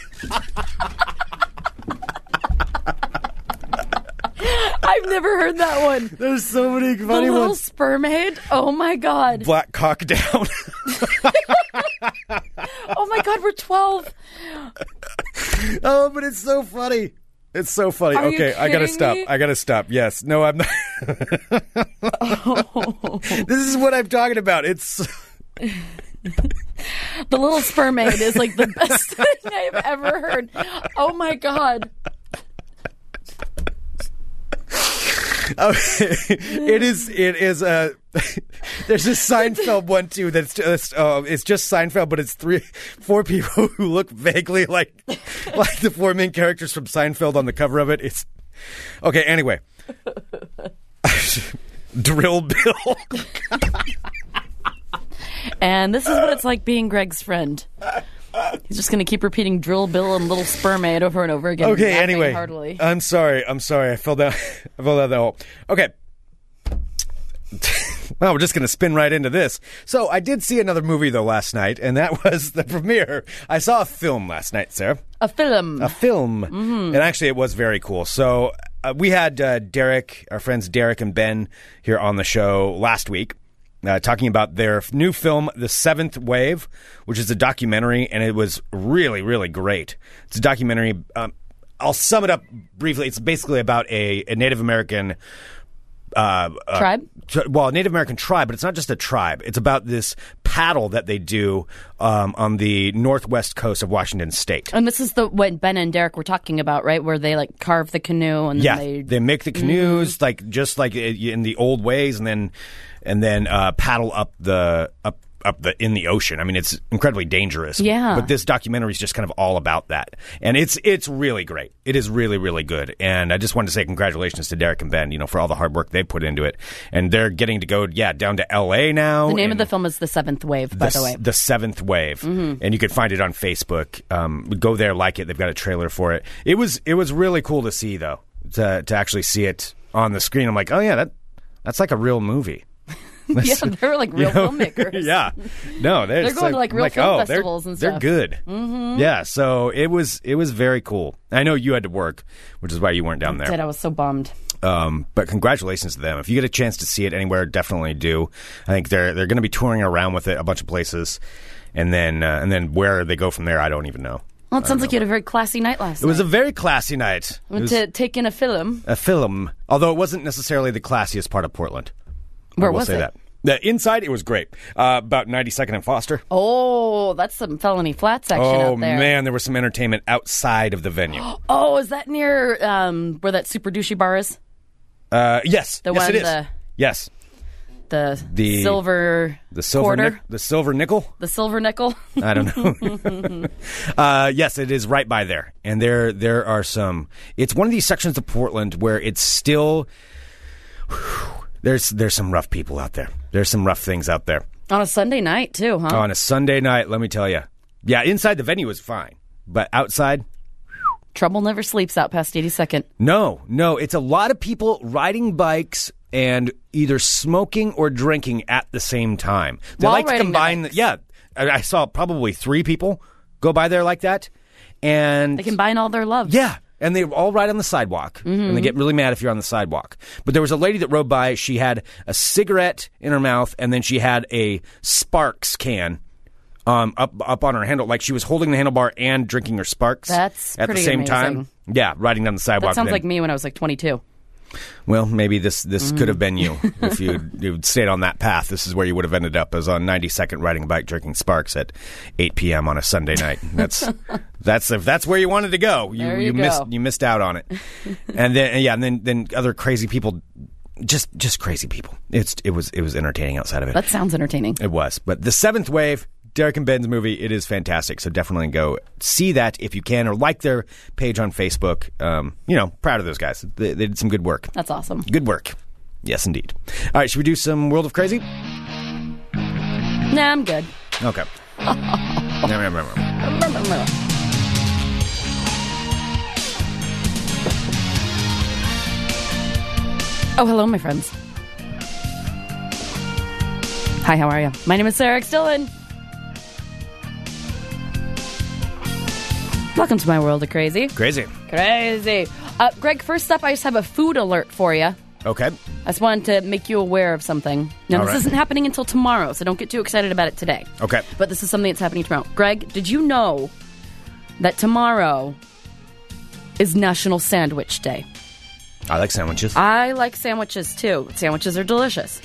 [SPEAKER 1] I've never heard that one.
[SPEAKER 7] There's so many
[SPEAKER 1] The
[SPEAKER 7] funny
[SPEAKER 1] little
[SPEAKER 7] ones.
[SPEAKER 1] spermhead. Oh my god.
[SPEAKER 7] Black cock down.
[SPEAKER 1] Oh my god. We're twelve.
[SPEAKER 7] Oh, but it's so funny. It's so funny.
[SPEAKER 1] Are you
[SPEAKER 7] okay, I gotta
[SPEAKER 1] kidding
[SPEAKER 7] stop.
[SPEAKER 1] me?
[SPEAKER 7] I gotta stop. Yes. No, I'm not.
[SPEAKER 1] Oh.
[SPEAKER 7] This is what I'm talking about. It's
[SPEAKER 1] The little spermhead is like the best thing I've ever heard. Oh my god.
[SPEAKER 7] it is it is uh, there's a Seinfeld one too that's just uh, it's just Seinfeld, but it's three four people who look vaguely like like the four main characters from Seinfeld on the cover of it. It's okay. Anyway, Drill Bill.
[SPEAKER 1] And this is what it's like being Greg's friend. He's just going to keep repeating drill bill and little spermhead over and over again.
[SPEAKER 7] Okay.
[SPEAKER 1] laughing
[SPEAKER 7] Anyway, Uh,
[SPEAKER 1] Hardly.
[SPEAKER 7] I'm sorry. I'm sorry. I fell down. I fell down the hole. Okay. well, we're just going to spin right into this. So I did see another movie though last night, and that was the premiere. I saw a film last night, Sarah.
[SPEAKER 1] a film.
[SPEAKER 7] A film, and actually, it was very cool. So uh, we had uh, Derek, our friends Derek and Ben, here on the show last week. Uh, talking about their f- new film, The Seventh Wave, which is a documentary, and it was really, really great. It's a documentary. Um, I'll sum it up briefly. It's basically about a, a Native American uh, uh,
[SPEAKER 1] Tribe?
[SPEAKER 7] tri- well, Native American tribe, but it's not just a tribe. It's about this paddle that they do um, on the northwest coast of Washington State.
[SPEAKER 1] and this is the what Ben and Derek were talking about, right? Where they like carve the canoe and then
[SPEAKER 7] yeah,
[SPEAKER 1] they, Mm-hmm.
[SPEAKER 7] they, make the canoes like just like i- in the old ways, and then and then uh, paddle up the up up the in the ocean. I mean, it's incredibly dangerous.
[SPEAKER 1] Yeah.
[SPEAKER 7] but this documentary is just kind of all about that, and it's it's really great. It is really really good, and I just wanted to say congratulations to Derek and Ben, you know, for all the hard work they put into it, and they're getting to go yeah down to L.A. now.
[SPEAKER 1] The name of
[SPEAKER 7] and-
[SPEAKER 1] the film is The Seventh Wave, by the,
[SPEAKER 7] s-
[SPEAKER 1] way. Mm-hmm.
[SPEAKER 7] seventh wave, and you can find it on Facebook. Um, go there, like it. They've got a trailer for it. It was it was really cool to see though, to to actually see it on the screen. I'm like, oh yeah, that that's like a real movie.
[SPEAKER 1] yeah, they were like real
[SPEAKER 7] You know?
[SPEAKER 1] filmmakers.
[SPEAKER 7] yeah, no, they're,
[SPEAKER 1] They're
[SPEAKER 7] it's
[SPEAKER 1] going to, like, real film
[SPEAKER 7] oh, they're-
[SPEAKER 1] festivals and
[SPEAKER 7] They're
[SPEAKER 1] stuff.
[SPEAKER 7] good. Mm-hmm. Yeah, so it was it was very cool. I know you had to work, which is why you weren't down there.
[SPEAKER 1] Did I was so bummed.
[SPEAKER 7] Um, but congratulations to them. If you get a chance to see it anywhere, definitely do. I think they're they're going to be touring around with it a bunch of places, and then uh, and then where they go from there, I don't even know.
[SPEAKER 1] Well, it sounds like you had a very classy night last
[SPEAKER 7] It was a
[SPEAKER 1] night.
[SPEAKER 7] very classy night. It
[SPEAKER 1] Went
[SPEAKER 7] was
[SPEAKER 1] to take in a film.
[SPEAKER 7] a film, although it wasn't necessarily the classiest part of Portland.
[SPEAKER 1] Where
[SPEAKER 7] I will
[SPEAKER 1] was
[SPEAKER 7] say
[SPEAKER 1] it?
[SPEAKER 7] that. The inside, it was great. Uh, about 92nd and Foster.
[SPEAKER 1] Oh, that's some felony flat section
[SPEAKER 7] Oh
[SPEAKER 1] out there.
[SPEAKER 7] man, there was some entertainment outside of the venue.
[SPEAKER 1] Oh, is that near um, where that super douchey bar is?
[SPEAKER 7] Uh, yes,
[SPEAKER 1] The
[SPEAKER 7] yes,
[SPEAKER 1] one,
[SPEAKER 7] it is.
[SPEAKER 1] the-
[SPEAKER 7] yes,
[SPEAKER 1] The,
[SPEAKER 7] The-
[SPEAKER 1] silver
[SPEAKER 7] the silver,
[SPEAKER 1] quarter,
[SPEAKER 7] nic- the silver nickel.
[SPEAKER 1] the silver nickel.
[SPEAKER 7] I don't know. uh, yes, it is right by there, and there there are some. It's one of these sections of Portland where it's still. There's there's some rough people out there. There's some rough things out there.
[SPEAKER 1] On a Sunday night too, huh?
[SPEAKER 7] On a Sunday night, let me tell you. Yeah, inside the venue is fine, but outside,
[SPEAKER 1] Trouble never sleeps out past 82nd.
[SPEAKER 7] no, no. It's a lot of people riding bikes and either smoking or drinking at the same time. They
[SPEAKER 1] While
[SPEAKER 7] like to
[SPEAKER 1] riding their
[SPEAKER 7] combine. The, yeah, I, I saw probably three people go by there like that, and
[SPEAKER 1] They combine all their loves.
[SPEAKER 7] Yeah. And they all ride on the sidewalk.
[SPEAKER 1] Mm-hmm.
[SPEAKER 7] And they get really mad if you're on the sidewalk. But there was a lady that rode by. She had a cigarette in her mouth and then she had a Sparks can um, up up on her handle. Like she was holding the handlebar and drinking her Sparks
[SPEAKER 1] That's
[SPEAKER 7] at the
[SPEAKER 1] pretty
[SPEAKER 7] same time.
[SPEAKER 1] amazing.
[SPEAKER 7] Yeah, riding down the sidewalk.
[SPEAKER 1] That sounds
[SPEAKER 7] then.
[SPEAKER 1] like me when I was like 22.
[SPEAKER 7] Well, maybe this this could
[SPEAKER 1] Mm.
[SPEAKER 7] have been you if you you'd stayed on that path. This is where you would have ended up, as on 92nd riding a bike, drinking sparks at 8 p.m. on a Sunday night. That's that's if that's where you wanted to go. You
[SPEAKER 1] There you
[SPEAKER 7] missed
[SPEAKER 1] go.
[SPEAKER 7] you missed out on it. and then yeah, and then then other crazy people, just just crazy people. It's it was it was entertaining outside of it.
[SPEAKER 1] That sounds entertaining.
[SPEAKER 7] It was. But the seventh wave, Derek and Ben's movie, it is fantastic. So definitely go see that if you can, or like their page on Facebook. Um, you know, proud of those guys. They, they did some good work.
[SPEAKER 1] That's awesome.
[SPEAKER 7] Good work. Yes, indeed. All right, should we do some World of Crazy?
[SPEAKER 1] Nah, I'm good.
[SPEAKER 7] Okay. Nom, nom, nom, nom.
[SPEAKER 1] Oh, hello, my friends. Hi, how are you? My name is Sarah X. Dillon. Welcome to my world of crazy.
[SPEAKER 7] Crazy.
[SPEAKER 1] Crazy. Uh, Greg, first up, I just have a food alert for you.
[SPEAKER 7] Okay.
[SPEAKER 1] I just wanted to make you aware of something. Now,
[SPEAKER 7] All
[SPEAKER 1] this
[SPEAKER 7] right.
[SPEAKER 1] isn't happening until tomorrow, so don't get too excited about it today.
[SPEAKER 7] Okay.
[SPEAKER 1] But this is something that's happening tomorrow. Greg, did you know that tomorrow is National Sandwich Day?
[SPEAKER 7] I like sandwiches.
[SPEAKER 1] I like sandwiches too. Sandwiches are delicious.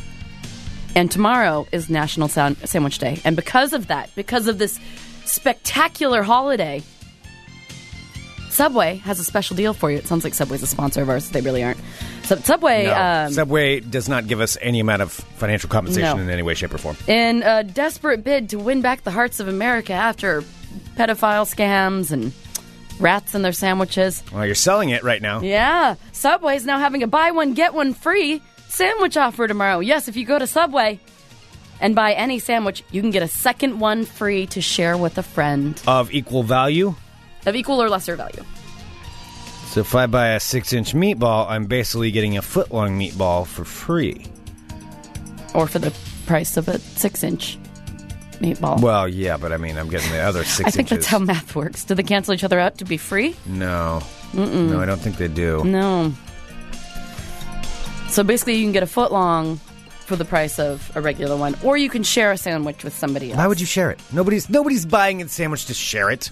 [SPEAKER 1] And tomorrow is National Sound- Sandwich Day. And because of that, because of this spectacular holiday, Subway has a special deal for you. It sounds like Subway's a sponsor of ours. They really aren't. So Subway,
[SPEAKER 7] No.
[SPEAKER 1] um,
[SPEAKER 7] Subway does not give us any amount of financial compensation
[SPEAKER 1] No.
[SPEAKER 7] in any way, shape, or form.
[SPEAKER 1] in a desperate bid to win back the hearts of America after pedophile scams and rats in their sandwiches.
[SPEAKER 7] Well, you're selling it right now.
[SPEAKER 1] Yeah, Subway's now having a buy one get one free sandwich offer tomorrow. Yes, if you go to Subway and buy any sandwich, you can get a second one free to share with a friend
[SPEAKER 7] Of equal value.
[SPEAKER 1] of equal or lesser value.
[SPEAKER 7] So if I buy a six inch meatball, I'm basically getting a foot long meatball for free.
[SPEAKER 1] Or for the price of a six inch meatball.
[SPEAKER 7] Well, yeah, but I mean, I'm getting the other six
[SPEAKER 1] I think that's
[SPEAKER 7] inches.
[SPEAKER 1] how math works. Do they cancel each other out to be free?
[SPEAKER 7] no, no, I don't think they do.
[SPEAKER 1] No. So basically, you can get a foot long for the price of a regular one, or you can share a sandwich with somebody else.
[SPEAKER 7] Why would you share it? Nobody's nobody's buying a sandwich to share it.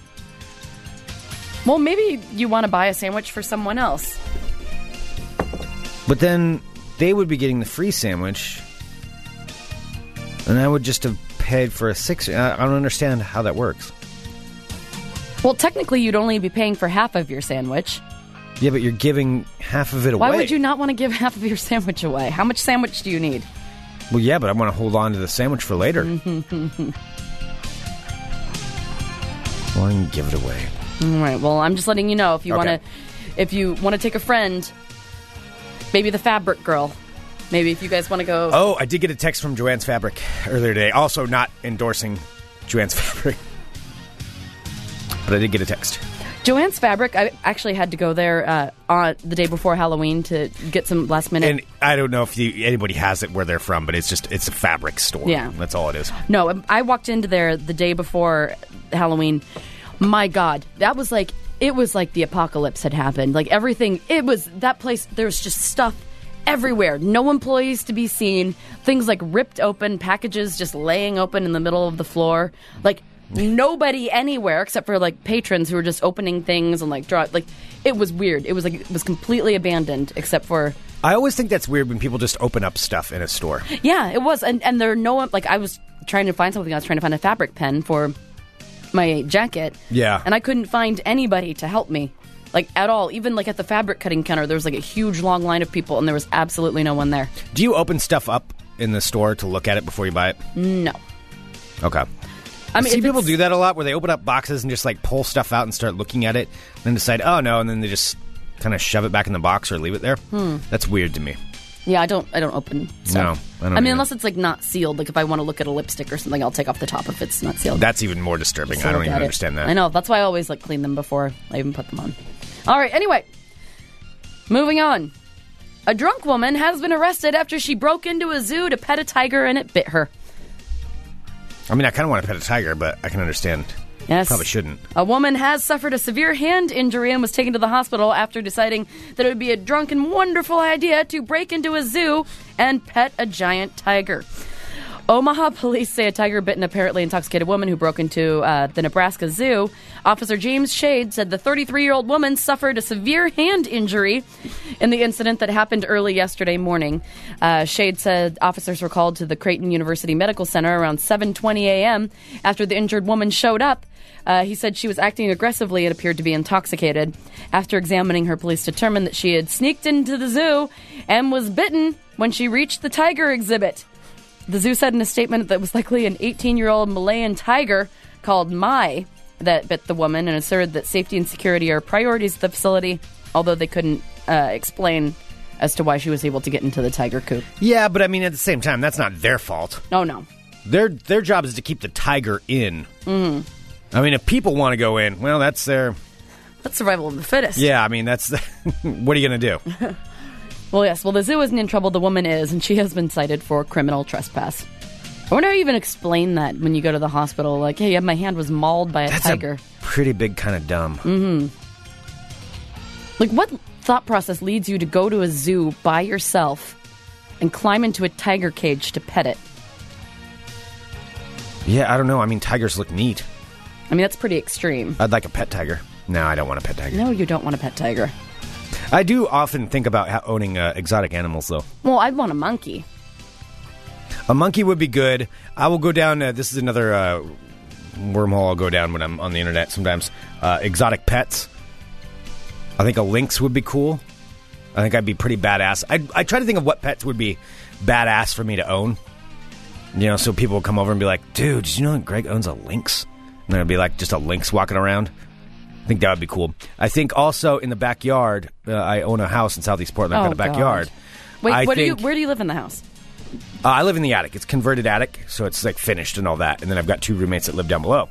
[SPEAKER 1] Well, maybe you want to buy a sandwich for someone else.
[SPEAKER 7] But then they would be getting the free sandwich, and I would just have paid for a six. I, I don't understand how that works.
[SPEAKER 1] Well, technically, you'd only be paying for half of your sandwich.
[SPEAKER 7] Yeah, but you're giving half of it away.
[SPEAKER 1] Why would you not want to give half of your sandwich away? How much sandwich do you need?
[SPEAKER 7] Well, yeah, but I want to hold on to the sandwich for later. well, I can give it away.
[SPEAKER 1] All right. Well, I'm just letting you know if you
[SPEAKER 7] Okay.
[SPEAKER 1] want to, if you want to take a friend, maybe the fabric girl. Maybe if you guys want to go.
[SPEAKER 7] Oh, I did get a text from Joanne's Fabric earlier today. Also, not endorsing Joanne's Fabric, but I did get a text.
[SPEAKER 1] Joanne's Fabric. I actually had to go there uh, on the day before Halloween to get some last minute.
[SPEAKER 7] And I don't know if you, anybody has it where they're from, but it's just it's a fabric store.
[SPEAKER 1] Yeah.
[SPEAKER 7] that's all it is.
[SPEAKER 1] No, um, I- I walked into there the day before Halloween. My God, that was like it was like the apocalypse had happened. Like everything, it was that place. There was just stuff everywhere. No employees to be seen. Things like ripped open, packages just laying open in the middle of the floor. Like nobody anywhere except for like patrons who were just opening things and like draw. Like it was weird. It was like it was completely abandoned except for
[SPEAKER 7] I always think that's weird when people just open up stuff in a store.
[SPEAKER 1] yeah, it was. And and there are no one. Like I was trying to find something. I was trying to find a fabric pen for my jacket.
[SPEAKER 7] Yeah.
[SPEAKER 1] and I couldn't find anybody to help me. Like at all, even like at the fabric cutting counter, there was like a huge long line of people, and there was absolutely no one there.
[SPEAKER 7] Do you open stuff up in the store to look at it before you buy it?
[SPEAKER 1] No,
[SPEAKER 7] Okay.
[SPEAKER 1] I mean,
[SPEAKER 7] see
[SPEAKER 1] if
[SPEAKER 7] people
[SPEAKER 1] it's-
[SPEAKER 7] do that a lot where they open up boxes and just like pull stuff out and start looking at it and then decide, oh no, and then they just kind of shove it back in the box or leave it there.
[SPEAKER 1] Hmm.
[SPEAKER 7] That's weird to me.
[SPEAKER 1] Yeah, I don't. I don't open. Stuff.
[SPEAKER 7] No, I don't
[SPEAKER 1] mean,
[SPEAKER 7] either.
[SPEAKER 1] unless it's like not sealed. Like if I want to look at a lipstick or something, I'll take off the top if it's not sealed.
[SPEAKER 7] That's even more disturbing.
[SPEAKER 1] So
[SPEAKER 7] I don't
[SPEAKER 1] look
[SPEAKER 7] even
[SPEAKER 1] at it.
[SPEAKER 7] understand that.
[SPEAKER 1] I know. That's why I always like clean them before I even put them on. All right. Anyway, moving on. A drunk woman has been arrested after she broke into a zoo to pet a tiger and it bit her.
[SPEAKER 7] I mean, I kind of want to pet a tiger, but I can understand.
[SPEAKER 1] Yes.
[SPEAKER 7] Probably shouldn't.
[SPEAKER 1] A woman has suffered a severe hand injury and was taken to the hospital after deciding that it would be a drunk and wonderful idea to break into a zoo and pet a giant tiger. Omaha police say a tiger bit an apparently intoxicated woman who broke into uh, the Nebraska zoo. Officer James Shade said the 33 year old woman suffered a severe hand injury in the incident that happened early yesterday morning. Uh, Shade said officers were called to the Creighton University Medical Center around 7:20 a.m. after the injured woman showed up. Uh, he said she was acting aggressively and appeared to be intoxicated. After examining her, police determined that she had sneaked into the zoo and was bitten when she reached the tiger exhibit. The zoo said in a statement that it was likely an 18 year old Malayan tiger called Mai that bit the woman and asserted that safety and security are priorities at the facility, although they couldn't uh, explain as to why she was able to get into the tiger coop.
[SPEAKER 7] Yeah, but I mean, at the same time, that's not their fault.
[SPEAKER 1] Oh, no.
[SPEAKER 7] Their their job is to keep the tiger in.
[SPEAKER 1] Mm-hmm.
[SPEAKER 7] I mean, if people want to go in, well, that's their.
[SPEAKER 1] That's survival of the fittest.
[SPEAKER 7] Yeah, I mean, that's. what are you going to do?
[SPEAKER 1] Well, yes. Well, the zoo isn't in trouble. The woman is, and she has been cited for criminal trespass. I wonder how you even explain that when you go to the hospital. Like, hey, yeah, my hand was mauled by a
[SPEAKER 7] That's
[SPEAKER 1] tiger. Mm.
[SPEAKER 7] a pretty big kind of dumb.
[SPEAKER 1] Like, what thought process leads you to go to a zoo by yourself and climb into a tiger cage to pet it?
[SPEAKER 7] Yeah, I don't know. I mean, tigers look neat.
[SPEAKER 1] I mean, that's pretty extreme.
[SPEAKER 7] I'd like a pet tiger. No, I don't want a pet tiger.
[SPEAKER 1] No, you don't want a pet tiger.
[SPEAKER 7] I do often think about how owning uh, exotic animals, though.
[SPEAKER 1] Well, I'd want a monkey.
[SPEAKER 7] A monkey would be good. I will go down. Uh, this is another uh, wormhole I'll go down when I'm on the internet sometimes. Uh, exotic pets. I think a lynx would be cool. I think I'd be pretty badass. I, I try to think of what pets would be badass for me to own. You know, so people will come over and be like, dude, did you know that Greg owns a lynx? And then it'd be like just a lynx walking around. I think that would be cool. I think also in the backyard, uh, I own a house in Southeast Portland. I've
[SPEAKER 1] Oh,
[SPEAKER 7] got a backyard.
[SPEAKER 1] God. Wait,
[SPEAKER 7] I
[SPEAKER 1] what do you?
[SPEAKER 7] think-
[SPEAKER 1] Where do you live in the house?
[SPEAKER 7] uh, I live in the attic. It's converted attic, so it's like finished and all that. And then I've got two roommates that live down below.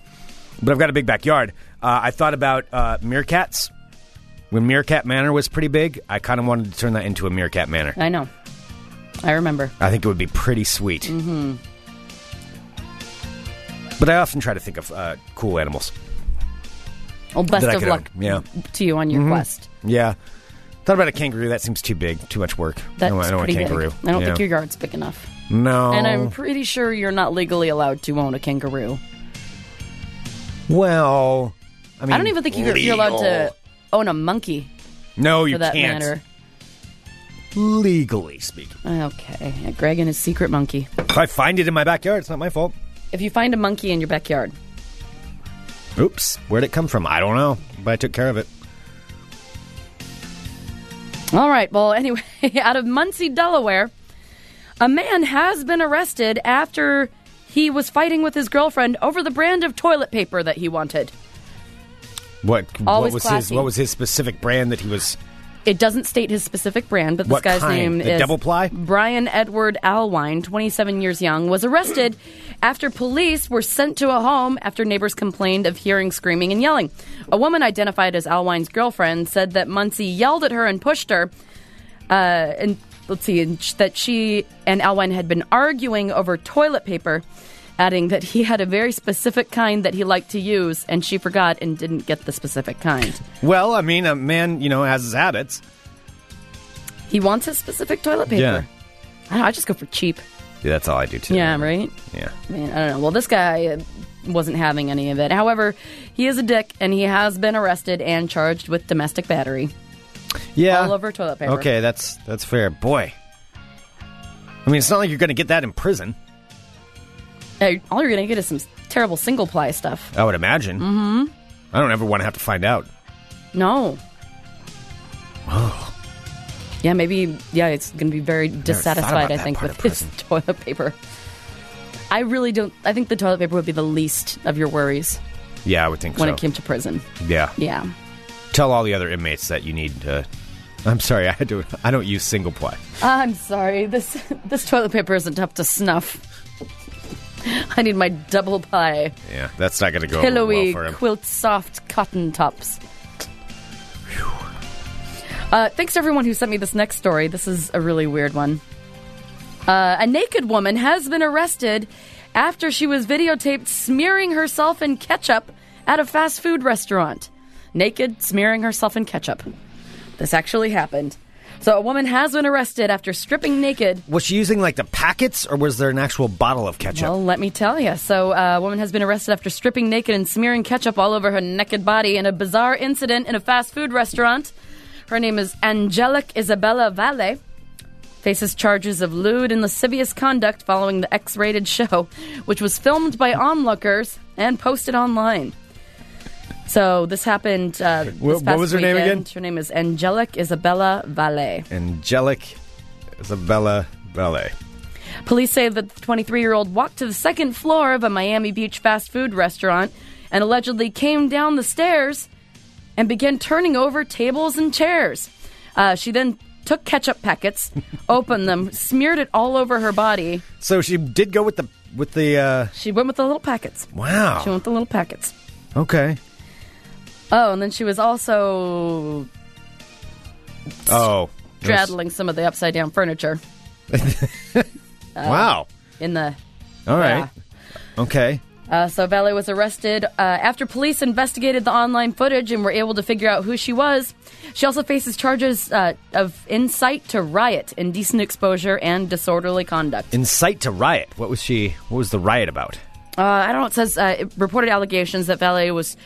[SPEAKER 7] But I've got a big backyard. Uh, I thought about uh, meerkats. When Meerkat Manor was pretty big, I kind of wanted to turn that into a Meerkat Manor.
[SPEAKER 1] I know. I remember.
[SPEAKER 7] I think it would be pretty sweet. Mm-hmm. But I often try to think of uh, cool animals.
[SPEAKER 1] Well, best
[SPEAKER 7] That I
[SPEAKER 1] of
[SPEAKER 7] could
[SPEAKER 1] luck
[SPEAKER 7] own, yeah. Mm-hmm.
[SPEAKER 1] to you on your quest.
[SPEAKER 7] Yeah. Thought about a kangaroo. That seems too big, too much work.
[SPEAKER 1] That's
[SPEAKER 7] no, I don't want
[SPEAKER 1] pretty
[SPEAKER 7] a kangaroo.
[SPEAKER 1] big. I don't
[SPEAKER 7] yeah.
[SPEAKER 1] think your yard's big enough.
[SPEAKER 7] No.
[SPEAKER 1] And I'm pretty sure you're not legally allowed to own a kangaroo.
[SPEAKER 7] Well, I mean.
[SPEAKER 1] I don't even think you're, you're allowed to
[SPEAKER 7] legal.
[SPEAKER 1] own a monkey
[SPEAKER 7] No, you
[SPEAKER 1] for that
[SPEAKER 7] can't.
[SPEAKER 1] matter.
[SPEAKER 7] Legally speaking.
[SPEAKER 1] Okay. Yeah, Greg and his secret monkey.
[SPEAKER 7] If I find it in my backyard, it's not my fault.
[SPEAKER 1] If you find a monkey in your backyard,
[SPEAKER 7] Oops. Where'd it come from? I don't know, but I took care of it.
[SPEAKER 1] All right. Well, anyway, out of Muncie, Delaware, a man has been arrested after he was fighting with his girlfriend over the brand of toilet paper that he wanted.
[SPEAKER 7] What, what
[SPEAKER 1] Always
[SPEAKER 7] was his
[SPEAKER 1] classy.
[SPEAKER 7] what was his specific brand that he was
[SPEAKER 1] It doesn't state his specific brand, but this
[SPEAKER 7] What
[SPEAKER 1] guy's name
[SPEAKER 7] kind? The
[SPEAKER 1] is
[SPEAKER 7] double ply?
[SPEAKER 1] Brian Edward Alwine, 27 years young, was arrested after police were sent to a home after neighbors complained of hearing screaming and yelling. A woman identified as Alwine's girlfriend said that Muncie yelled at her and pushed her. Uh, and let's see, and sh- that she and Alwine had been arguing over toilet paper, adding that he had a very specific kind that he liked to use, and she forgot and didn't get the specific kind.
[SPEAKER 7] Well, I mean, a man, you know, has his habits.
[SPEAKER 1] He wants his specific toilet paper.
[SPEAKER 7] Yeah.
[SPEAKER 1] I, don't know, I just go for cheap.
[SPEAKER 7] Yeah, that's all I do too.
[SPEAKER 1] Yeah, right?
[SPEAKER 7] Yeah.
[SPEAKER 1] I mean, I don't know. Well, this guy uh, wasn't having any of it. However, he is a dick, and he has been arrested and charged with domestic battery.
[SPEAKER 7] Yeah.
[SPEAKER 1] All over toilet paper.
[SPEAKER 7] Okay, that's that's fair. Boy. I mean, it's not like you're going to get that in prison,
[SPEAKER 1] Uh, All you're gonna get is some terrible single ply stuff.
[SPEAKER 7] I would imagine. Mm-hmm. I don't ever want to have to find out.
[SPEAKER 1] No. Yeah, maybe. Yeah, it's going to be very dissatisfied.
[SPEAKER 7] about
[SPEAKER 1] I
[SPEAKER 7] that
[SPEAKER 1] think
[SPEAKER 7] part
[SPEAKER 1] with
[SPEAKER 7] of
[SPEAKER 1] his toilet paper. I really don't. I think the toilet paper would be the least of your worries
[SPEAKER 7] Yeah, I would think
[SPEAKER 1] when
[SPEAKER 7] so.
[SPEAKER 1] it came to prison.
[SPEAKER 7] yeah.
[SPEAKER 1] Yeah.
[SPEAKER 7] Tell all the other inmates that you need to. I'm sorry, I had to. I don't use single ply.
[SPEAKER 1] I'm sorry. This this toilet paper isn't up to snuff. I need my double pie,
[SPEAKER 7] Yeah, that's not going to go over well
[SPEAKER 1] pillowy,
[SPEAKER 7] for him.
[SPEAKER 1] quilt soft cotton tops. Uh, thanks to everyone who sent me this next story. This is a really weird one. Uh, a naked woman has been arrested after she was videotaped smearing herself in ketchup at a fast food restaurant. Naked, smearing herself in ketchup. This actually happened. So a woman has been arrested after stripping naked
[SPEAKER 7] Was she using like the packets, or was there an actual bottle of ketchup?
[SPEAKER 1] Well, let me tell you. So, uh, a woman has been arrested after stripping naked and smearing ketchup all over her naked body in a bizarre incident in a fast food restaurant. Her name is Angelic Isabella Valle. Faces charges of lewd and lascivious conduct following the X rated show, which was filmed by onlookers and posted online. So, this happened. Uh, this
[SPEAKER 7] What- what
[SPEAKER 1] past
[SPEAKER 7] was her name
[SPEAKER 1] weekend.
[SPEAKER 7] again?
[SPEAKER 1] Her name is Angelic Isabella Valle.
[SPEAKER 7] Angelic Isabella Valle.
[SPEAKER 1] Police say that the 23 year old walked to the second floor of a Miami Beach fast food restaurant and allegedly came down the stairs and began turning over tables and chairs. Uh, she then took ketchup packets, opened them, smeared it all over her body.
[SPEAKER 7] So she did go with the with the. uh
[SPEAKER 1] She went with the little packets. She
[SPEAKER 7] Wow.
[SPEAKER 1] went with the little packets.
[SPEAKER 7] Okay.
[SPEAKER 1] Oh, and then she was also
[SPEAKER 7] Oh. it was-
[SPEAKER 1] straddling some of the upside down furniture
[SPEAKER 7] Wow.
[SPEAKER 1] in the
[SPEAKER 7] All right. Okay.
[SPEAKER 1] Uh, so Valle was arrested uh, after police investigated the online footage and were able to figure out who she was. She also faces charges uh, of incite to riot, indecent exposure, and disorderly conduct.
[SPEAKER 7] Incite to riot. What was she? What was the riot about?
[SPEAKER 1] Uh, I don't know. It says uh, it reported allegations that Valle was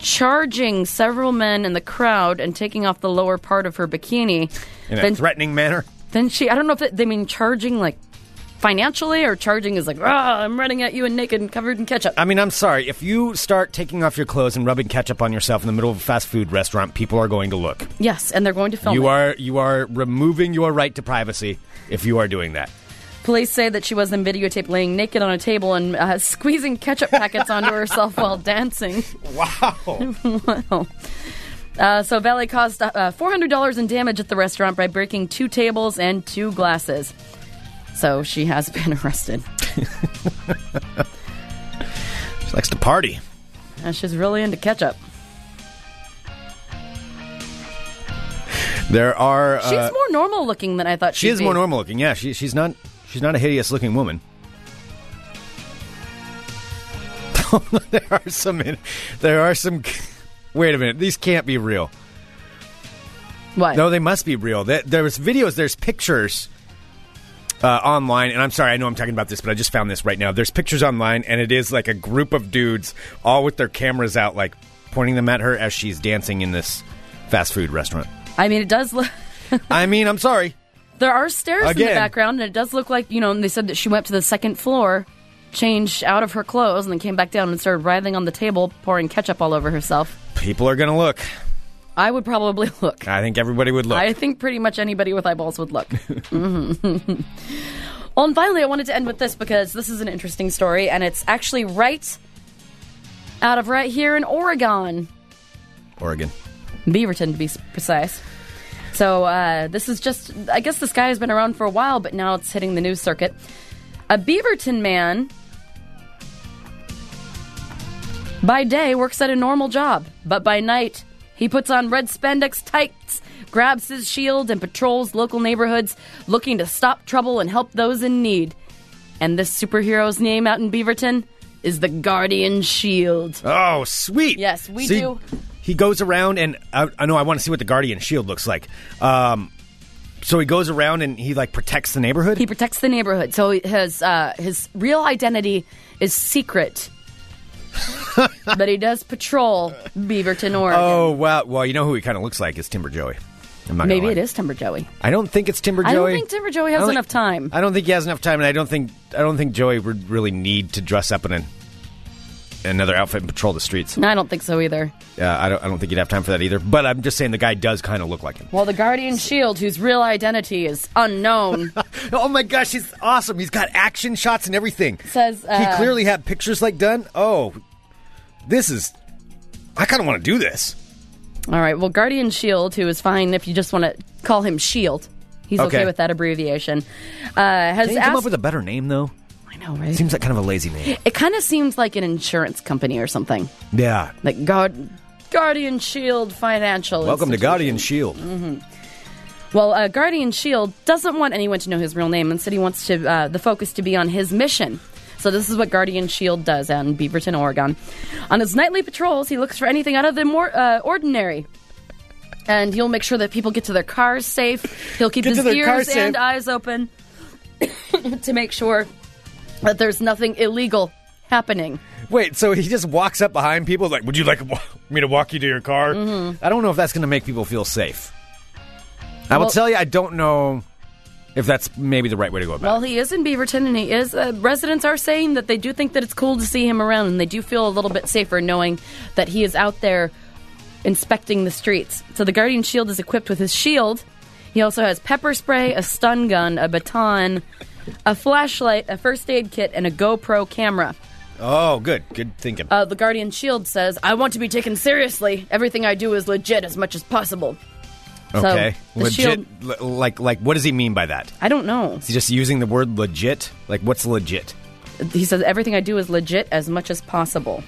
[SPEAKER 1] charging several men in the crowd and taking off the lower part of her bikini.
[SPEAKER 7] In a
[SPEAKER 1] Then-
[SPEAKER 7] threatening manner.
[SPEAKER 1] Then she, I don't know if they mean charging like financially or charging is like, ah, I'm running at you and naked and covered in ketchup.
[SPEAKER 7] I mean, I'm sorry. If you start taking off your clothes and rubbing ketchup on yourself in the middle of a fast food restaurant, people are going to look.
[SPEAKER 1] yes, and they're going to film it.
[SPEAKER 7] You are you are removing your right to privacy if you are doing that.
[SPEAKER 1] Police say that she was then videotaped laying naked on a table and uh, squeezing ketchup packets onto herself while dancing.
[SPEAKER 7] Wow.
[SPEAKER 1] Wow. Uh, so Valet caused uh, $400 in damage at the restaurant by breaking two tables and two glasses. So she has been arrested.
[SPEAKER 7] she likes to party.
[SPEAKER 1] Uh, she's really into ketchup.
[SPEAKER 7] There are.
[SPEAKER 1] She's
[SPEAKER 7] uh,
[SPEAKER 1] more normal looking than I thought
[SPEAKER 7] she
[SPEAKER 1] she'd
[SPEAKER 7] is more
[SPEAKER 1] be.
[SPEAKER 7] normal looking. Yeah, she, she's not. She's not a hideous looking woman. there are some. In, there are some. Wait a minute. These can't be real.
[SPEAKER 1] What?
[SPEAKER 7] No, they must be real. There, there's videos, there's pictures uh, online, and I'm sorry, I know I'm talking about this, but I just found this right now. There's pictures online, and it is like a group of dudes all with their cameras out, like pointing them at her as she's dancing in this fast food restaurant.
[SPEAKER 1] I mean, it does look.
[SPEAKER 7] I mean, I'm sorry.
[SPEAKER 1] There are stairs in
[SPEAKER 7] Again.
[SPEAKER 1] the background, and it does look like, you know, and they said that she went to the second floor, changed out of her clothes, and then came back down and started writhing on the table, pouring ketchup all over herself.
[SPEAKER 7] People are going to look.
[SPEAKER 1] I would probably look.
[SPEAKER 7] I think everybody would look.
[SPEAKER 1] I think pretty much anybody with eyeballs would look. Mhm. well, and finally, I wanted to end with this because this is an interesting story, and it's actually right out of right here in Oregon,
[SPEAKER 7] Oregon.
[SPEAKER 1] Beaverton to be s- precise. So uh, this is just, I guess this guy has been around for a while, but now it's hitting the news circuit. A Beaverton man by day works at a normal job, but by night he puts on red spandex tights, grabs his shield, and patrols local neighborhoods looking to stop trouble and help those in need. And this superhero's name out in Beaverton is the Guardian Shield.
[SPEAKER 7] Oh, sweet.
[SPEAKER 1] Yes, we
[SPEAKER 7] See,
[SPEAKER 1] do.
[SPEAKER 7] He goes around, and I, I know I want to see what the Guardian Shield looks like. Um, so he goes around and he like protects the neighborhood.
[SPEAKER 1] He protects the neighborhood, so his uh, his real identity is secret but he does patrol Beaverton, Oregon.
[SPEAKER 7] Oh wow! Well, you know who he kind of looks like is Timber Joey. I'm not gonna
[SPEAKER 1] Maybe
[SPEAKER 7] lie.
[SPEAKER 1] it is Timber Joey.
[SPEAKER 7] I don't think it's Timber Joey.
[SPEAKER 1] I don't think Timber Joey has
[SPEAKER 7] I don't
[SPEAKER 1] enough
[SPEAKER 7] think-
[SPEAKER 1] time.
[SPEAKER 7] I don't think he has enough time, and I don't think I don't think Joey would really need to dress up in an, another outfit and patrol the streets.
[SPEAKER 1] No, I don't think so either.
[SPEAKER 7] Uh, I don't I don't think he'd have time for that either. But I'm just saying the guy does kind of look like him.
[SPEAKER 1] Well, the Guardian Shield, whose real identity is unknown,
[SPEAKER 7] Oh my gosh, he's awesome! He's got action shots and everything.
[SPEAKER 1] says uh,
[SPEAKER 7] he clearly had pictures like done. Oh, this is. I kind of want to do this.
[SPEAKER 1] All right. Well, Guardian Shield, who is fine if you just want to call him Shield. E He's okay,
[SPEAKER 7] Okay.
[SPEAKER 1] with that abbreviation. Uh, has
[SPEAKER 7] Can you
[SPEAKER 1] asked,
[SPEAKER 7] come up with a better name though?
[SPEAKER 1] I know, right?
[SPEAKER 7] Seems like kind of a lazy name.
[SPEAKER 1] it kind of seems like an insurance company or something.
[SPEAKER 7] Yeah.
[SPEAKER 1] Like Guard, Guardian Shield Financial.
[SPEAKER 7] Welcome to
[SPEAKER 1] Institute.
[SPEAKER 7] Guardian Shield.
[SPEAKER 1] Mm-hmm. Well, uh, Guardian Shield doesn't want anyone to know his real name. Instead, he wants to, uh, the focus to be on his mission. So this is what Guardian Shield does out in Beaverton, Oregon. On his nightly patrols, he looks for anything out of the more uh, ordinary. And he'll make sure that people get to their cars safe. He'll keep
[SPEAKER 7] Get to
[SPEAKER 1] his
[SPEAKER 7] their
[SPEAKER 1] ears
[SPEAKER 7] cars safe.
[SPEAKER 1] and eyes open to make sure that there's nothing illegal happening.
[SPEAKER 7] Wait, so he just walks up behind people like, "Would you like wa- me to walk you to your car?"
[SPEAKER 1] Mm-hmm.
[SPEAKER 7] I don't know if that's going to make people feel safe. I will
[SPEAKER 1] Well-
[SPEAKER 7] tell you, I don't know if that's maybe the right way to go about
[SPEAKER 1] Well,
[SPEAKER 7] it.
[SPEAKER 1] he is in Beaverton, and he is. Uh, residents are saying that they do think that it's cool to see him around, and they do feel a little bit safer knowing that he is out there inspecting the streets. So the Guardian Shield is equipped with his shield. He also has pepper spray, a stun gun, a baton, a flashlight, a first aid kit, and a GoPro camera.
[SPEAKER 7] Oh, good, good thinking.
[SPEAKER 1] Uh, the Guardian Shield says, "I want to be taken seriously. Everything I do is legit as much as possible." so
[SPEAKER 7] okay,
[SPEAKER 1] the
[SPEAKER 7] legit.
[SPEAKER 1] shield-
[SPEAKER 7] l- like, like, what does he mean by that?
[SPEAKER 1] I don't know.
[SPEAKER 7] Is he just using the word legit? Like, what's legit?
[SPEAKER 1] He says, "Everything I do is legit as much as possible."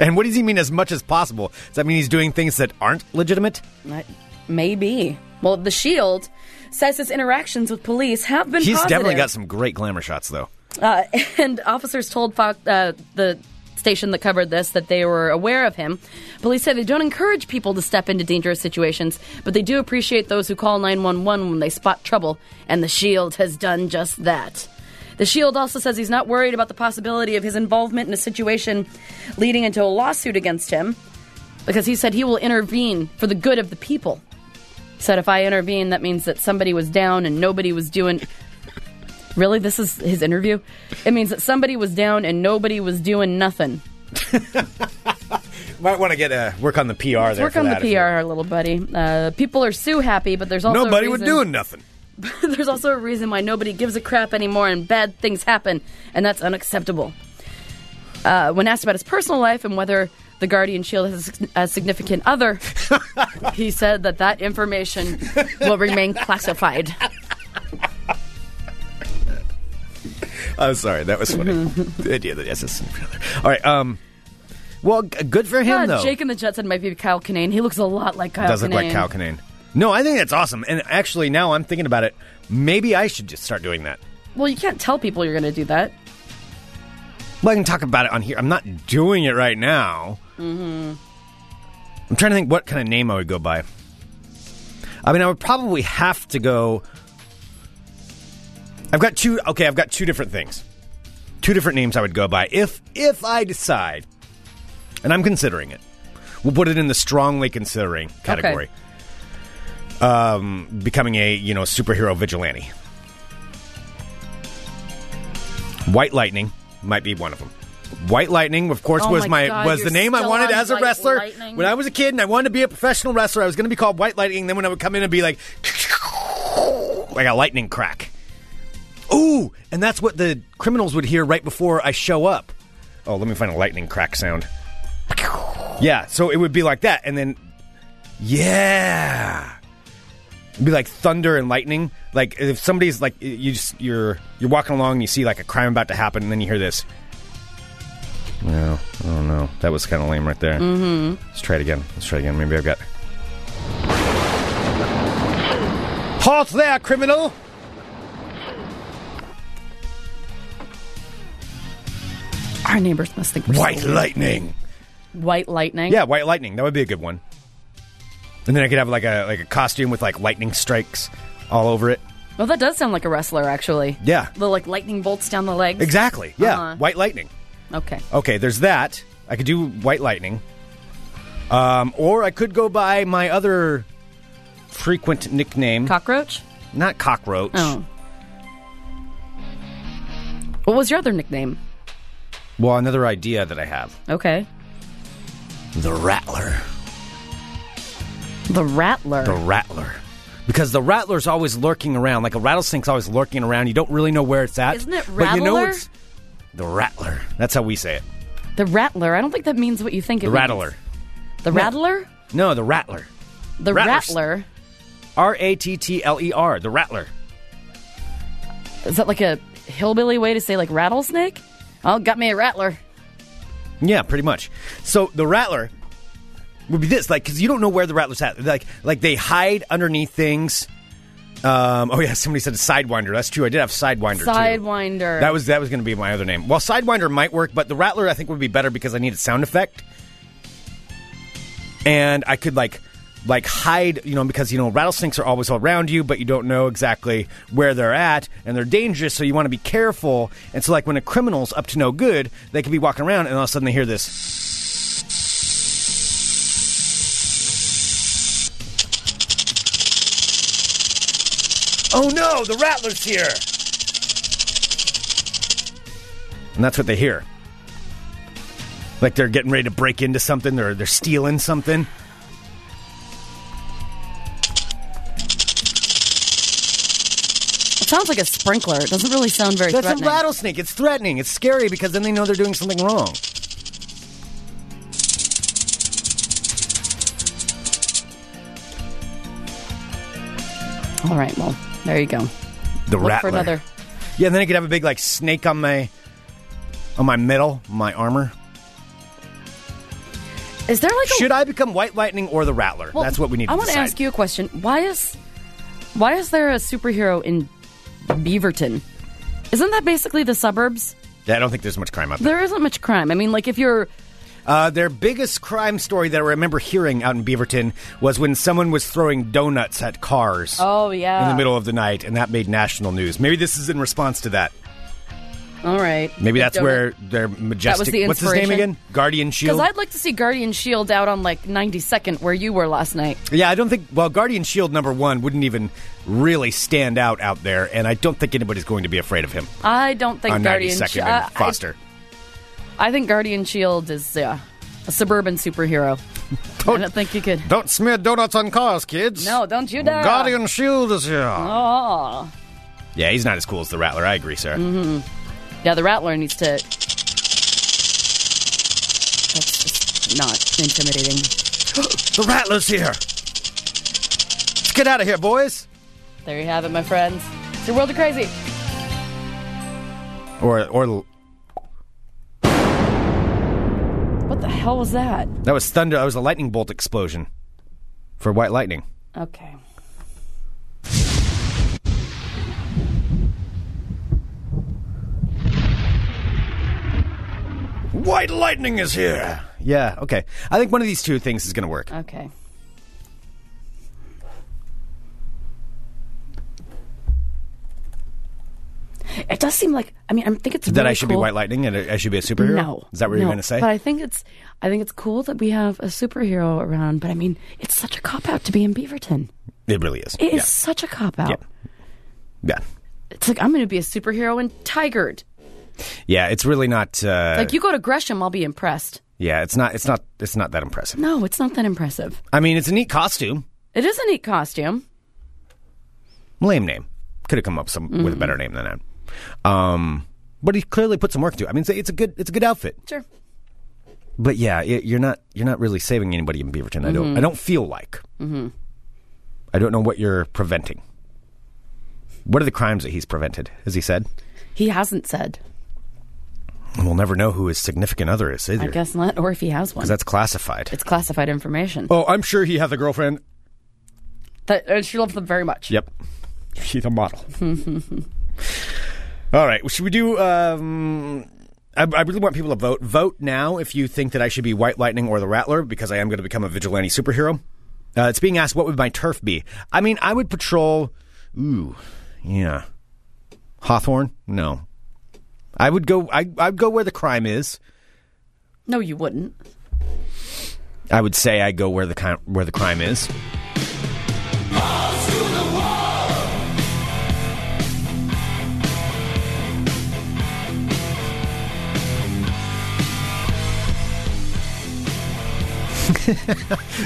[SPEAKER 7] And what does he mean as much as possible? Does that mean he's doing things that aren't legitimate?
[SPEAKER 1] I- Maybe. Well, the Shield says his interactions with police have been
[SPEAKER 7] He's
[SPEAKER 1] positive.
[SPEAKER 7] definitely got some great glamour shots, though.
[SPEAKER 1] Uh, and officers told Fox, uh, the station that covered this that they were aware of him. Police say they don't encourage people to step into dangerous situations, but they do appreciate those who call 911 when they spot trouble, and the Shield E has done just that. The Shield E also says he's not worried about the possibility of his involvement in a situation leading into a lawsuit against him because he said he will intervene for the good of the people. He said if I intervene, that means that somebody was down and nobody was doing. Really, this is his interview. It means that somebody was down and nobody was doing nothing.
[SPEAKER 7] Might want to get a work on the PR there.
[SPEAKER 1] Work
[SPEAKER 7] for
[SPEAKER 1] on the
[SPEAKER 7] that if you-
[SPEAKER 1] PR, our little buddy. Uh, people are so happy, but there's also a
[SPEAKER 7] Nobody was
[SPEAKER 1] reason-
[SPEAKER 7] doing nothing.
[SPEAKER 1] there's also a reason why nobody gives a crap anymore and bad things happen, and that's unacceptable. Uh, when asked about his personal life and whether the Guardian Shield has a sig- a significant other, he said that that information will remain classified.
[SPEAKER 7] I'm sorry, that was funny. the idea that yes, it's all right. Um, well, g- good for him
[SPEAKER 1] Uh,
[SPEAKER 7] though.
[SPEAKER 1] Jake and the Jetson might be Kyle Kinane. He looks a lot like Kyle
[SPEAKER 7] does look like
[SPEAKER 1] Kinane.
[SPEAKER 7] Cal Kinane. No, I think that's awesome. And actually, now I'm thinking about it. Maybe I should just start doing that.
[SPEAKER 1] Well, you can't tell people you're going to do that.
[SPEAKER 7] Well, I can talk about it on here. I'm not doing it right now. I'm trying to think what kind of name I would go by. I mean, I would probably have to go. I've got two. Okay, I've got two different things, two different names I would go by if if I decide, and I'm considering it. We'll put it in the strongly considering category. Um, becoming a you know superhero vigilante. White Lightning might be one of them. White Lightning, of course,
[SPEAKER 1] Oh
[SPEAKER 7] was
[SPEAKER 1] my
[SPEAKER 7] my
[SPEAKER 1] God,
[SPEAKER 7] was the
[SPEAKER 1] you're
[SPEAKER 7] name I
[SPEAKER 1] still
[SPEAKER 7] wanted
[SPEAKER 1] on
[SPEAKER 7] as a
[SPEAKER 1] White
[SPEAKER 7] wrestler
[SPEAKER 1] Lightning?
[SPEAKER 7] when I was a kid, and I wanted to be a professional wrestler. I was going to be called White Lightning. Then when I would come in and be like, like a lightning crack. Ooh, and that's what the criminals would hear right before I show up. Oh, let me find a lightning crack sound. Yeah, so it would be like that, and then yeah, It'd be like thunder and lightning. Like if somebody's like you just you're you're walking along, and you see like a crime about to happen, and then you hear this. No, I don't know. That was kind of lame right there. Mm-hmm. Let's try it again. Let's try it again. Maybe I've got. Halt there, criminal!
[SPEAKER 1] Our neighbors must think we're
[SPEAKER 7] White
[SPEAKER 1] so weird.
[SPEAKER 7] lightning.
[SPEAKER 1] White lightning.
[SPEAKER 7] Yeah, white lightning. That would be a good one. And then I could have like a like a costume with like lightning strikes all over it.
[SPEAKER 1] Well, that does sound like a wrestler, actually.
[SPEAKER 7] Yeah.
[SPEAKER 1] The like lightning bolts down the legs.
[SPEAKER 7] Exactly. Yeah.
[SPEAKER 1] Uh-huh.
[SPEAKER 7] White lightning.
[SPEAKER 1] Okay.
[SPEAKER 7] Okay, there's that. I could do White Lightning. Um, or I could go by my other frequent nickname,
[SPEAKER 1] Cockroach?
[SPEAKER 7] not cockroach.
[SPEAKER 1] Oh. What was your other nickname?
[SPEAKER 7] Well, another idea that I have,
[SPEAKER 1] Okay.
[SPEAKER 7] the Rattler.
[SPEAKER 1] The Rattler.
[SPEAKER 7] The Rattler. Because the rattler's always lurking around, like a rattlesnake's always lurking around. You don't really know where it's at.
[SPEAKER 1] Isn't it
[SPEAKER 7] But you know
[SPEAKER 1] rattler?
[SPEAKER 7] it's the rattler. That's how we say it.
[SPEAKER 1] The Rattler. I don't think that means what you think it
[SPEAKER 7] The
[SPEAKER 1] means.
[SPEAKER 7] rattler.
[SPEAKER 1] The Rattler?
[SPEAKER 7] No, the rattler.
[SPEAKER 1] The
[SPEAKER 7] Rattlers.
[SPEAKER 1] Rattler.
[SPEAKER 7] R A T T L E R. The rattler.
[SPEAKER 1] Is that like a hillbilly way to say like rattlesnake? Oh, got me a rattler.
[SPEAKER 7] Yeah, pretty much. So the rattler would be this, like, because you don't know where the rattler's at. Like, like they hide underneath things. Um, oh yeah, somebody said sidewinder. That's true. I did have sidewinder. too.
[SPEAKER 1] Sidewinder.
[SPEAKER 7] That was that was going to be my other name. Well, Sidewinder might work, but the Rattler I think would be better because I need a sound effect, and I could like like hide, you know, because you know rattlesnakes are always all around you, but you don't know exactly where they're at, and they're dangerous, so you want to be careful. And so, like when a criminal's up to no good, they could be walking around, and all of a sudden they hear this. Oh no, the rattler's here! and that's what they hear. Like they're getting ready to break into something, or they're stealing something.
[SPEAKER 1] It sounds like a sprinkler. It doesn't really sound very
[SPEAKER 7] That's a
[SPEAKER 1] threatening.
[SPEAKER 7] rattlesnake. It's threatening. It's scary because then they know they're doing something wrong.
[SPEAKER 1] All right, well, there you go.
[SPEAKER 7] The
[SPEAKER 1] Look for
[SPEAKER 7] rattler.
[SPEAKER 1] another.
[SPEAKER 7] Yeah, and then I could have a big like snake on my on my metal, my armor.
[SPEAKER 1] Is there like a
[SPEAKER 7] Should I become White Lightning or the Rattler?
[SPEAKER 1] Well,
[SPEAKER 7] that's what we need.
[SPEAKER 1] I
[SPEAKER 7] to
[SPEAKER 1] want to
[SPEAKER 7] decide.
[SPEAKER 1] ask you a question. Why is why is there a superhero in Beaverton? Isn't that basically the suburbs?
[SPEAKER 7] Yeah, I don't think there's much crime out there.
[SPEAKER 1] There isn't much crime. I mean, like if you're
[SPEAKER 7] Uh, their biggest crime story that I remember hearing out in Beaverton was when someone was throwing donuts at cars.
[SPEAKER 1] oh yeah
[SPEAKER 7] In the middle of the night, and that made national news. Maybe this is in response to that.
[SPEAKER 1] All right,
[SPEAKER 7] Maybe that's
[SPEAKER 1] Donut.
[SPEAKER 7] where their majestic.
[SPEAKER 1] the
[SPEAKER 7] what's his name
[SPEAKER 1] inspiration.
[SPEAKER 7] again? Guardian
[SPEAKER 1] Because
[SPEAKER 7] Shield.
[SPEAKER 1] I'd like to see Guardian Shield out on like 92nd, where you were last night.
[SPEAKER 7] yeah, I don't think. Well, Guardian Shield number one wouldn't even really stand out out there, and I don't think anybody's going to be afraid of him
[SPEAKER 1] I don't think
[SPEAKER 7] on ninety
[SPEAKER 1] Guardian
[SPEAKER 7] second
[SPEAKER 1] Shield.
[SPEAKER 7] and Foster.
[SPEAKER 1] I, I think Guardian Shield is yeah, a suburban superhero. I don't think you could.
[SPEAKER 7] Don't smear donuts on cars, kids.
[SPEAKER 1] No, don't you dare.
[SPEAKER 7] Shield is here.
[SPEAKER 1] Oh.
[SPEAKER 7] Yeah, he's not as cool as the Rattler. I agree, Sarah.
[SPEAKER 1] Mm-hmm. Yeah, the Rattler needs to. That's just not intimidating.
[SPEAKER 7] The Rattler's here. Let's get out of here, boys.
[SPEAKER 1] There you have it, my friends. It's your world of crazy.
[SPEAKER 7] Or, or
[SPEAKER 1] What the hell was that?
[SPEAKER 7] that was thunder. That was a lightning bolt explosion for White Lightning.
[SPEAKER 1] Okay.
[SPEAKER 7] White Lightning is here. Yeah, okay. I think one of these two things is going to work.
[SPEAKER 1] Okay. It does seem like I mean I think it's
[SPEAKER 7] that
[SPEAKER 1] really
[SPEAKER 7] I should be
[SPEAKER 1] cool-
[SPEAKER 7] White Lightning and I should be a superhero?
[SPEAKER 1] No,
[SPEAKER 7] Is that what you're
[SPEAKER 1] no.
[SPEAKER 7] going to say?
[SPEAKER 1] But I think it's I think it's cool that we have a superhero around. But I mean, it's such a cop out to be in Beaverton.
[SPEAKER 7] it really is.
[SPEAKER 1] It is
[SPEAKER 7] yeah.
[SPEAKER 1] such a cop out.
[SPEAKER 7] Yeah. yeah.
[SPEAKER 1] It's like I'm going to be a superhero in Tigard.
[SPEAKER 7] Yeah, it's really not uh,
[SPEAKER 1] Like you go to Gresham, I'll be impressed.
[SPEAKER 7] Yeah, it's not it's not it's not that impressive.
[SPEAKER 1] No, it's not that impressive.
[SPEAKER 7] I mean, it's a neat costume.
[SPEAKER 1] It is a neat costume.
[SPEAKER 7] Lame name. Could have come up some,
[SPEAKER 1] Mm.
[SPEAKER 7] with a better name than that. Um but he clearly put some work into it. I mean, it's a, it's a good it's a good outfit.
[SPEAKER 1] Sure.
[SPEAKER 7] But yeah, it, you're not you're not really saving anybody in Beaverton. I
[SPEAKER 1] Mm-hmm.
[SPEAKER 7] don't I don't feel like. I don't know what you're preventing. What are the crimes that he's prevented? As he said,
[SPEAKER 1] He hasn't said.
[SPEAKER 7] And we'll never know who his significant other is either.
[SPEAKER 1] I guess not, or if he has one.
[SPEAKER 7] That's classified.
[SPEAKER 1] It's classified information.
[SPEAKER 7] Oh, I'm sure he has a girlfriend.
[SPEAKER 1] That, uh, she loves them very much.
[SPEAKER 7] Yep. She's a model. All right. well, Should we do. Um, I, I really want people to vote. Vote now if you think that I should be White Lightning or the Rattler because I am going to become a vigilante superhero. Uh, it's being asked, what would my turf be? I mean, I would patrol. Ooh, yeah. Hawthorne? No. I would go. I I'd go where the crime is.
[SPEAKER 1] No, you wouldn't.
[SPEAKER 7] I would say I go where the crime, where the crime is.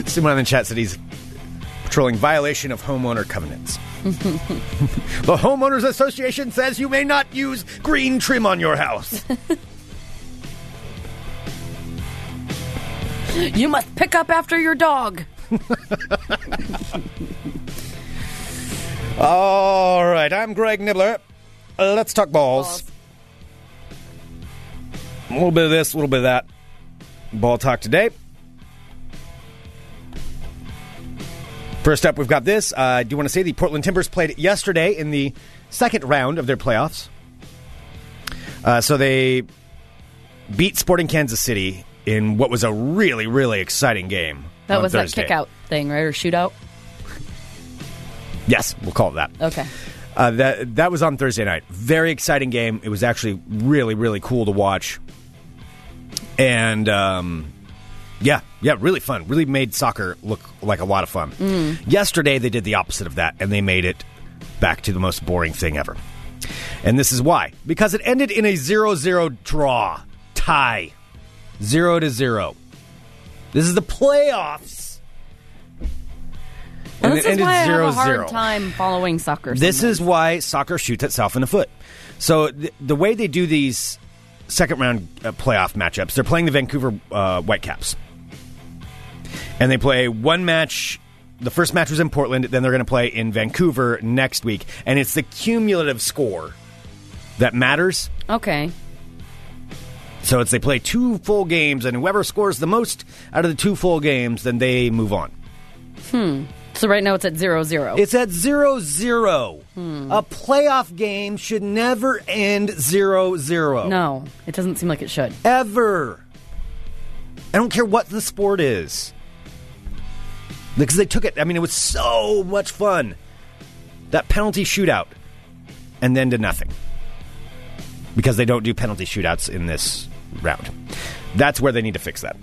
[SPEAKER 7] Someone in the chat said he's patrolling violation of homeowner covenants. the homeowners association says you may not use green trim on your house.
[SPEAKER 1] You must pick up after your dog.
[SPEAKER 7] All right, I'm Greg Nibbler. Let's talk balls. A little bit of this, a little bit of that. Ball talk today. First up, we've got this. Uh, I do want to say the Portland Timbers played yesterday in the second round of their playoffs. Uh, so they beat Sporting Kansas City in what was a really, really exciting game.
[SPEAKER 1] That
[SPEAKER 7] on
[SPEAKER 1] was
[SPEAKER 7] Thursday.
[SPEAKER 1] that kick out thing, right? Or shootout?
[SPEAKER 7] Yes, we'll call it that.
[SPEAKER 1] Okay.
[SPEAKER 7] Uh, that that was on Thursday night. Very exciting game. It was actually really really cool to watch, and um, yeah, yeah, really fun. Really made soccer look like a lot of fun.
[SPEAKER 1] Mm.
[SPEAKER 7] Yesterday they did the opposite of that, and they made it back to the most boring thing ever. And this is why because it ended in a 0-0 draw tie, zero to zero. This is the playoffs.
[SPEAKER 1] And
[SPEAKER 7] And
[SPEAKER 1] this
[SPEAKER 7] it
[SPEAKER 1] is
[SPEAKER 7] ended
[SPEAKER 1] why I have a
[SPEAKER 7] 0-0.
[SPEAKER 1] hard time following soccer.
[SPEAKER 7] This
[SPEAKER 1] sometimes.
[SPEAKER 7] is why soccer shoots itself in the foot. So th- the way they do these second round uh, playoff matchups, they're playing the Vancouver uh, Whitecaps, and they play one match. The first match was in Portland, then they're going to play in Vancouver next week, and it's the cumulative score that matters.
[SPEAKER 1] okay.
[SPEAKER 7] So it's they play two full games, and whoever scores the most out of the two full games, then they move on.
[SPEAKER 1] So right now it's at zero zero.
[SPEAKER 7] It's at zero zero. A playoff game should never end zero zero.
[SPEAKER 1] no, it doesn't seem like it should.
[SPEAKER 7] Ever. I don't care what the sport is. Because they took it. I mean, it was so much fun. That penalty shootout. And then to nothing. Because they don't do penalty shootouts in this round. That's where they need to fix that.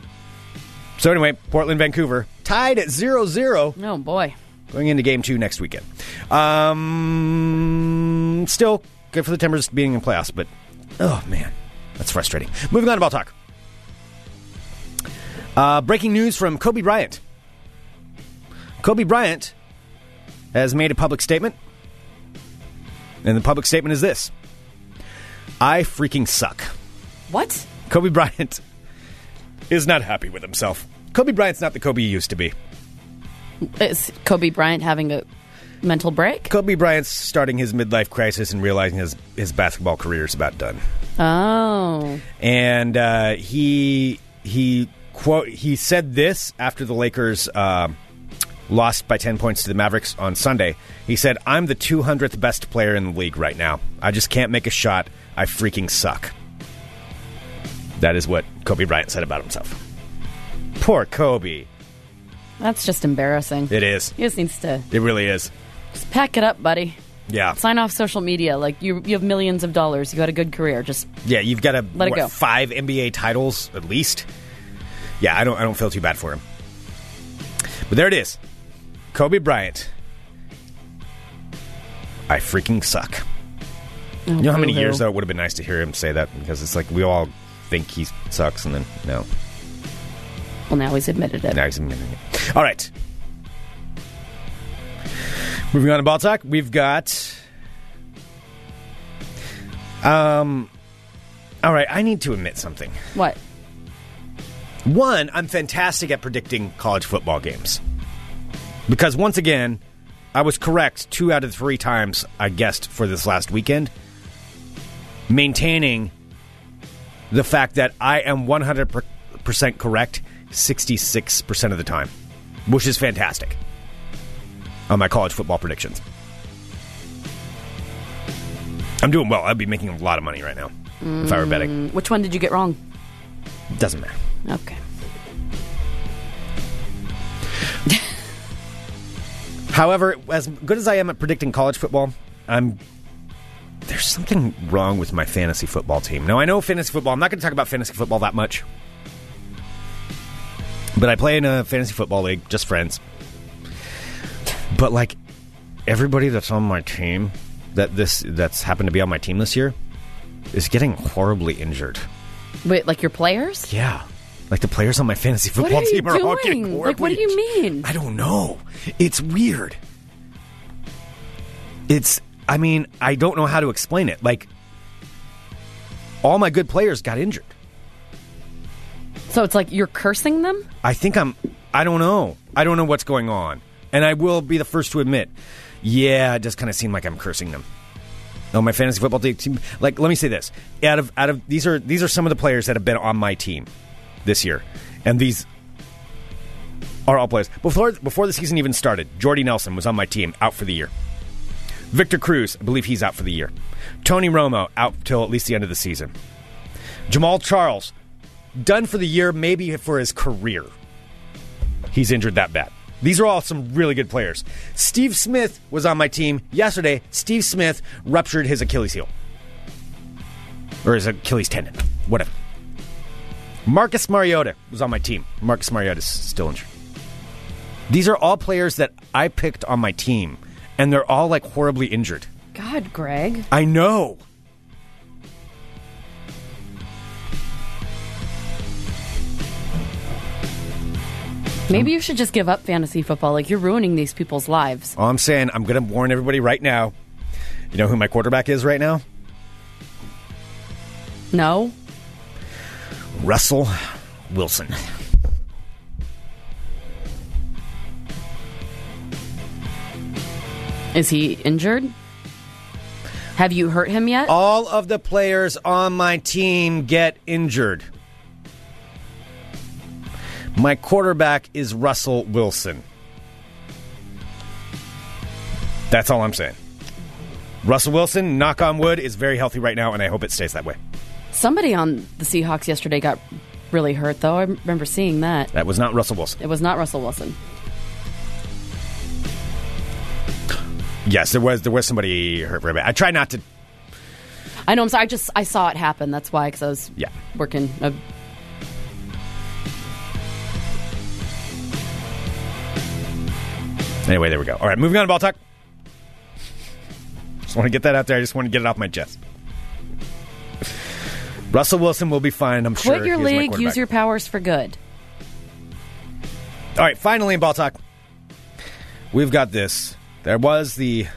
[SPEAKER 7] So, anyway, Portland, Vancouver, tied at zero zero
[SPEAKER 1] Oh boy.
[SPEAKER 7] going into game two next weekend. Um, still good for the Timbers being in playoffs, but oh man, that's frustrating. Moving on to ball talk. Uh, breaking news from Kobe Bryant. Kobe Bryant has made a public statement, and the public statement is this: I freaking suck.
[SPEAKER 1] What?
[SPEAKER 7] Kobe Bryant is not happy with himself. Kobe Bryant's not the Kobe he used to be.
[SPEAKER 1] Is Kobe Bryant having a mental break?
[SPEAKER 7] Kobe Bryant's starting his midlife crisis and realizing his, his basketball career is about done.
[SPEAKER 1] Oh.
[SPEAKER 7] And uh, he he quote he said this after the Lakers uh, lost by ten points to the Mavericks on Sunday. He said, "I'm the 200th best player in the league right now. I just can't make a shot. I freaking suck." That is what Kobe Bryant said about himself. Poor Kobe.
[SPEAKER 1] That's just embarrassing.
[SPEAKER 7] It is.
[SPEAKER 1] He just needs to
[SPEAKER 7] It really is.
[SPEAKER 1] just pack it up, buddy.
[SPEAKER 7] Yeah.
[SPEAKER 1] Sign off social media. Like you, you have millions of dollars. You got a good career. Just
[SPEAKER 7] Yeah, you've got a
[SPEAKER 1] Let it
[SPEAKER 7] what,
[SPEAKER 1] go.
[SPEAKER 7] five NBA titles at least. Yeah, I don't I don't feel too bad for him. But there it is. Kobe Bryant. I freaking suck. you know how many
[SPEAKER 1] boo-hoo.
[SPEAKER 7] years though it would have been nice to hear him say that because it's like we all think he sucks and then no.
[SPEAKER 1] well, now he's admitted it.
[SPEAKER 7] Now he's admitting it. All right. Moving on to ball talk, we've got. Um, all right, I need to admit something.
[SPEAKER 1] What?
[SPEAKER 7] One, I'm fantastic at predicting college football games. Because once again, I was correct two out of three times I guessed for this last weekend, maintaining the fact that I am 100% correct 66% of the time, which is fantastic on my college football predictions. I'm doing well. I'd be making a lot of money right now if I were betting.
[SPEAKER 1] Which one did you get wrong?
[SPEAKER 7] Doesn't matter.
[SPEAKER 1] Okay.
[SPEAKER 7] However, as good as I am at predicting college football, I'm there's something wrong with my fantasy football team. Now I know fantasy football. I'm not going to talk about fantasy football that much But I play in a fantasy football league, just friends. But like everybody that's on my team, that this that's happened to be on my team this year, is getting horribly injured.
[SPEAKER 1] Wait, like your players?
[SPEAKER 7] Yeah. Like the players on my fantasy football
[SPEAKER 1] are you
[SPEAKER 7] team are all getting
[SPEAKER 1] doing?
[SPEAKER 7] horribly
[SPEAKER 1] Like, what do you
[SPEAKER 7] injured.
[SPEAKER 1] mean?
[SPEAKER 7] I don't know. It's weird. It's I mean, I don't know how to explain it. Like all my good players got injured.
[SPEAKER 1] So it's like you're cursing them?
[SPEAKER 7] I think I'm. I don't know. I don't know what's going on, and I will be the first to admit. Yeah, it does kind of seem like I'm cursing them. No, my fantasy football league team. Like, let me say this: out of out of these are these are some of the players that have been on my team this year, and these are all players before before the season even started. Jordy Nelson was on my team, out for the year. Victor Cruz, I believe he's out for the year. Tony Romo out till at least the end of the season. Jamal Charles done for the year, maybe for his career. He's injured that bad. These are all some really good players. Steve Smith was on my team yesterday. Steve Smith ruptured his Achilles heel or his Achilles tendon, whatever. Marcus Mariota was on my team. Marcus Mariota's still injured. These are all players that I picked on my team, and they're all like horribly injured.
[SPEAKER 1] God, Greg.
[SPEAKER 7] I know.
[SPEAKER 1] Maybe you should just give up fantasy football. Like you're ruining these people's lives.
[SPEAKER 7] All I'm saying, I'm going to warn everybody right now. You know who my quarterback is right now?
[SPEAKER 1] No?
[SPEAKER 7] Russell Wilson.
[SPEAKER 1] Is he injured? Have you hurt him yet?
[SPEAKER 7] All of the players on my team get injured. My quarterback is Russell Wilson. That's all I'm saying. Russell Wilson, knock on wood, is very healthy right now, and I hope it stays that way.
[SPEAKER 1] Somebody on the Seahawks yesterday got really hurt, though. I remember seeing that.
[SPEAKER 7] That was not Russell Wilson.
[SPEAKER 1] It was not Russell Wilson.
[SPEAKER 7] Yes, there was there was somebody hurt very bad. I try not to.
[SPEAKER 1] I know. I'm sorry. I just I saw it happen. That's why, because I was
[SPEAKER 7] Yeah.
[SPEAKER 1] working. A,
[SPEAKER 7] Anyway, there we go. All right, moving on to ball talk. Just want to get that out there. I just want to get it off my chest. Russell Wilson will be fine. I'm sure.
[SPEAKER 1] quit your
[SPEAKER 7] He is my
[SPEAKER 1] league. Use
[SPEAKER 7] quarterback.
[SPEAKER 1] your powers for good.
[SPEAKER 7] All right, finally in ball talk, we've got this. There was the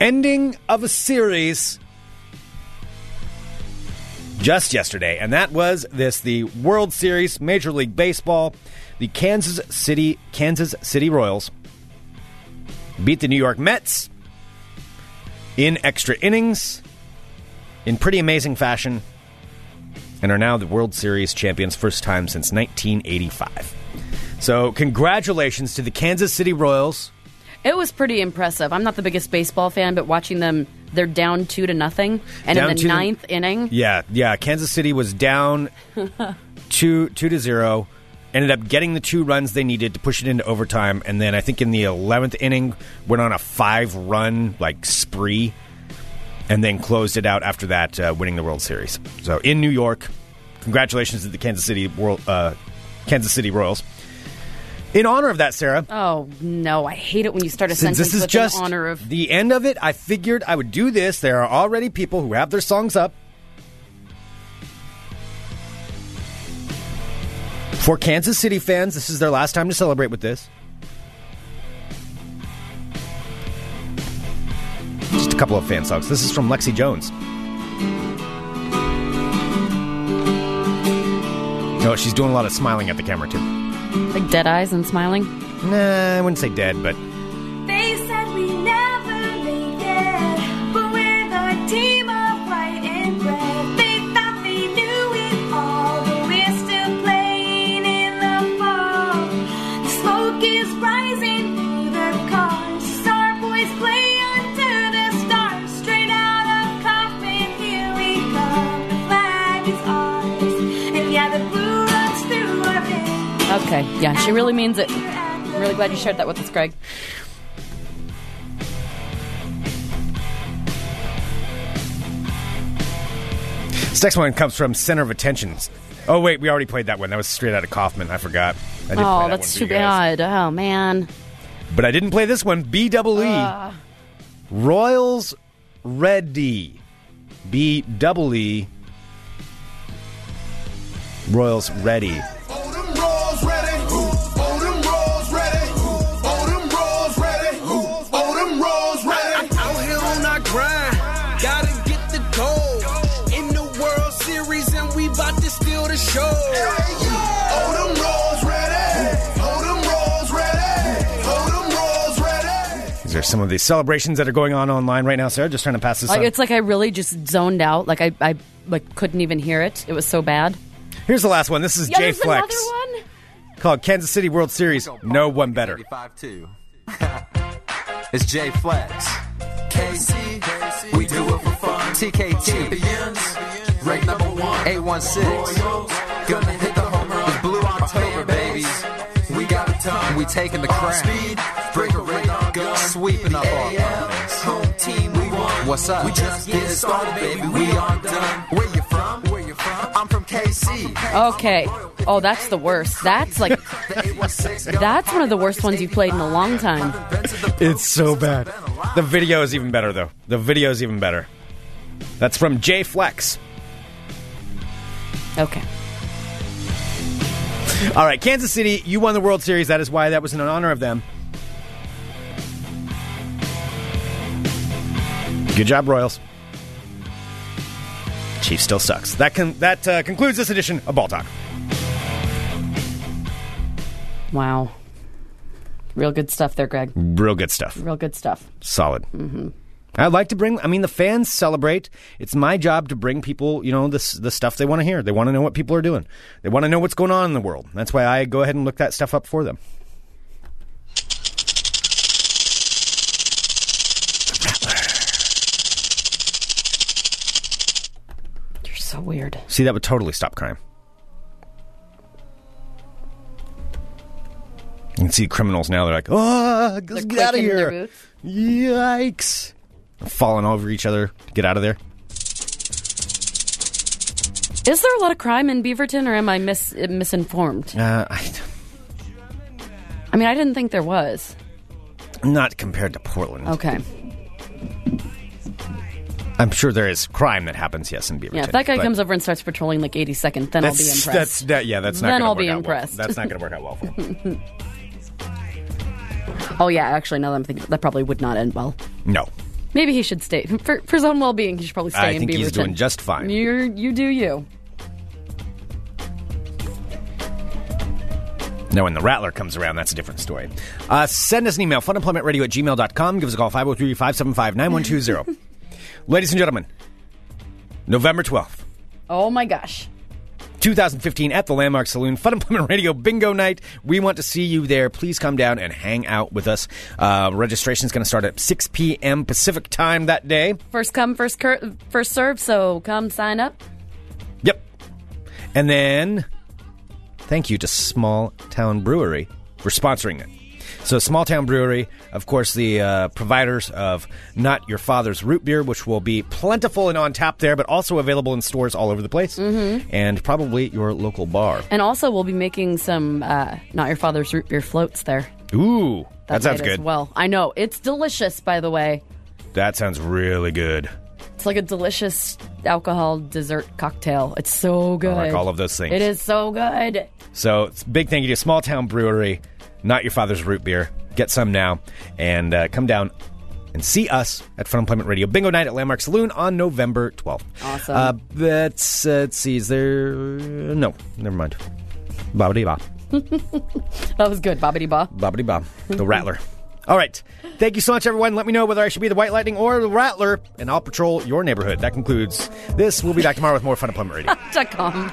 [SPEAKER 7] ending of a series just yesterday, and that was this: the World Series, Major League Baseball. The Kansas City Kansas City Royals beat the New York Mets in extra innings in pretty amazing fashion, and are now the World Series champions, first time since 1985. So, congratulations to the Kansas City Royals.
[SPEAKER 1] It was pretty impressive. I'm not the biggest baseball fan, but watching them, they're down two to nothing, and
[SPEAKER 7] Down
[SPEAKER 1] in
[SPEAKER 7] two
[SPEAKER 1] the
[SPEAKER 7] to-
[SPEAKER 1] ninth inning,
[SPEAKER 7] Yeah, yeah. Kansas City was down two two to zero. Ended up getting the two runs they needed to push it into overtime, and then I think in the eleventh inning went on a five run like spree, and then closed it out after that, uh, winning the World Series. So in New York, congratulations to the Kansas City World uh, Kansas City Royals. In honor of that, Sarah,
[SPEAKER 1] Oh no! I hate it when you start a
[SPEAKER 7] Since
[SPEAKER 1] sentence
[SPEAKER 7] this is
[SPEAKER 1] with
[SPEAKER 7] just
[SPEAKER 1] an honor of.
[SPEAKER 7] the end of it, I figured I would do this. There are already people who have their songs up for Kansas City fans. This is their last time to celebrate with this. Just a couple of fan songs. This is from Lexi Jones. No, Oh, she's doing a lot of smiling at the camera too.
[SPEAKER 1] Like dead eyes and smiling.
[SPEAKER 7] Nah, I wouldn't say dead, but
[SPEAKER 6] They said we never made it, but we're the team of white and red. They thought they knew it all, but we're still playing in the fall. The smoke is rising through the cars. Star boys play under the stars. Straight out of coffin, here we come. The flag is ours, and yeah, the blue runs through our veins.
[SPEAKER 1] Okay, yeah, she really means it.
[SPEAKER 6] We're
[SPEAKER 1] I'm really
[SPEAKER 6] at the
[SPEAKER 1] glad you shared that with us, Greg.
[SPEAKER 7] This next one comes from Center of Attention. Oh wait, we already played that one. That was straight out of Kaufman. I forgot. I did play
[SPEAKER 1] Oh,
[SPEAKER 7] that
[SPEAKER 1] that's
[SPEAKER 7] one
[SPEAKER 1] too
[SPEAKER 7] for you guys.
[SPEAKER 1] bad. Oh man.
[SPEAKER 7] But I didn't play this one. B double E. Royals ready. B double E. Royals E. ready.
[SPEAKER 8] Oh, Oh, Out here on our grind, gotta get the gold. In the World Series, and we bout to steal the show. Oh, them rolls ready. Oh, them rolls ready. Oh, them rolls ready.
[SPEAKER 7] These are some of the celebrations that are going on online right now, Sarah. Just trying to pass this
[SPEAKER 1] Like,
[SPEAKER 7] on.
[SPEAKER 1] it's like I really just zoned out. Like I, I like couldn't even hear it. It was so bad.
[SPEAKER 7] Here's the last one. This is J Flex
[SPEAKER 1] one.
[SPEAKER 7] called Kansas City World Series. No one better.
[SPEAKER 9] 85-2. it's J Flex. KC, we do it for fun. TKT, champions, rank number one. 816, gonna hit the home run. It's Blue October, baby. We got a ton. We taking the crown. Speed, break a radar gun. Sweeping up all opponents. Home team, we won. What's up? We just getting started, baby. We aren't done. Where you from? Where you from? I'm from KC.
[SPEAKER 1] Okay. Oh, that's the worst. That's like that's one of the worst ones you've played in a long time.
[SPEAKER 7] It's so bad. The video is even better, though. The video is even better. That's from J Flex.
[SPEAKER 1] Okay.
[SPEAKER 7] All right, Kansas City, you won the World Series. That is why that was in honor of them. Good job, Royals. Chief still sucks. That con- that uh, concludes this edition of Ball Talk.
[SPEAKER 1] Wow. Real good stuff there, Greg.
[SPEAKER 7] Real good stuff.
[SPEAKER 1] Real good stuff.
[SPEAKER 7] solid. I'd like to bring. I mean, the fans celebrate. It's my job to bring people, you know, this the stuff they want to hear. They want to know what people are doing. They want to know what's going on in the world. That's why I go ahead and look that stuff up for them.
[SPEAKER 1] You're so weird.
[SPEAKER 7] See, that would totally stop crime. You can see criminals now. They're like, oh, let's get out of
[SPEAKER 1] quaking in their
[SPEAKER 7] here.
[SPEAKER 1] boots.
[SPEAKER 7] Yikes. Falling over each other. Get out of there.
[SPEAKER 1] Is there a lot of crime in Beaverton, or am I mis- misinformed?
[SPEAKER 7] Uh, I,
[SPEAKER 1] I mean, I didn't think there was.
[SPEAKER 7] not compared to Portland.
[SPEAKER 1] Okay.
[SPEAKER 7] I'm sure there is crime that happens, yes, in Beaverton.
[SPEAKER 1] Yeah, if that guy
[SPEAKER 7] but-
[SPEAKER 1] comes over and starts patrolling like 82nd, then I'll be impressed.
[SPEAKER 7] That's that. Yeah, that's not.
[SPEAKER 1] Then
[SPEAKER 7] gonna
[SPEAKER 1] I'll be
[SPEAKER 7] work out well.
[SPEAKER 1] impressed.
[SPEAKER 7] That's not going to work out well for him.
[SPEAKER 1] oh, yeah, actually, now that I'm thinking, that probably would not end well.
[SPEAKER 7] No,
[SPEAKER 1] Maybe he should stay. For, for his own well being, he should probably stay
[SPEAKER 7] I
[SPEAKER 1] in
[SPEAKER 7] think
[SPEAKER 1] Beaverton.
[SPEAKER 7] he's doing just fine.
[SPEAKER 1] You're, you do you.
[SPEAKER 7] Now, when the Rattler comes around, that's a different story. Uh, send us an email, funemploymentradio at gmail.com. Give us a call, 503 575 9120. Ladies and gentlemen, November 12th,
[SPEAKER 1] Oh, my gosh.
[SPEAKER 7] 2015, at the Landmark Saloon, Fun Employment Radio Bingo Night. We want to see you there. Please come down and hang out with us. Uh, Registration is going to start at 6 p.m. Pacific time that day.
[SPEAKER 1] First come, first, cur- first serve, so come sign up.
[SPEAKER 7] Yep. And then thank you to Small Town Brewery for sponsoring it. So, Small Town Brewery, of course, the uh, providers of Not Your Father's Root Beer, which will be plentiful and on tap there, but also available in stores all over the place
[SPEAKER 1] Mm-hmm.
[SPEAKER 7] and probably your local bar.
[SPEAKER 1] And also, we'll be making some uh, Not Your Father's Root Beer floats there.
[SPEAKER 7] Ooh, that, sounds
[SPEAKER 1] night
[SPEAKER 7] good.
[SPEAKER 1] As well, I know. It's delicious, by the way.
[SPEAKER 7] That sounds really good.
[SPEAKER 1] It's like a delicious alcohol dessert cocktail. It's so good.
[SPEAKER 7] Oh, like all of those things.
[SPEAKER 1] It is so good.
[SPEAKER 7] So, it's a big thank you to Small Town Brewery, Not Your Father's Root Beer. Get some now and uh, come down and see us at Fun Employment Radio Bingo Night at Landmark Saloon on November 12th.
[SPEAKER 1] Awesome.
[SPEAKER 7] Uh, that's, uh, let's see, is there. No, never mind. Bobbity bop.
[SPEAKER 1] That was good, Bobbity Ba.
[SPEAKER 7] Bobbity bob. The Rattler. All right. Thank you so much, everyone. Let me know whether I should be the White Lightning or the Rattler, and I'll patrol your neighborhood. That concludes this. We'll be back tomorrow with more Fun Employment Radio.
[SPEAKER 1] Dot com.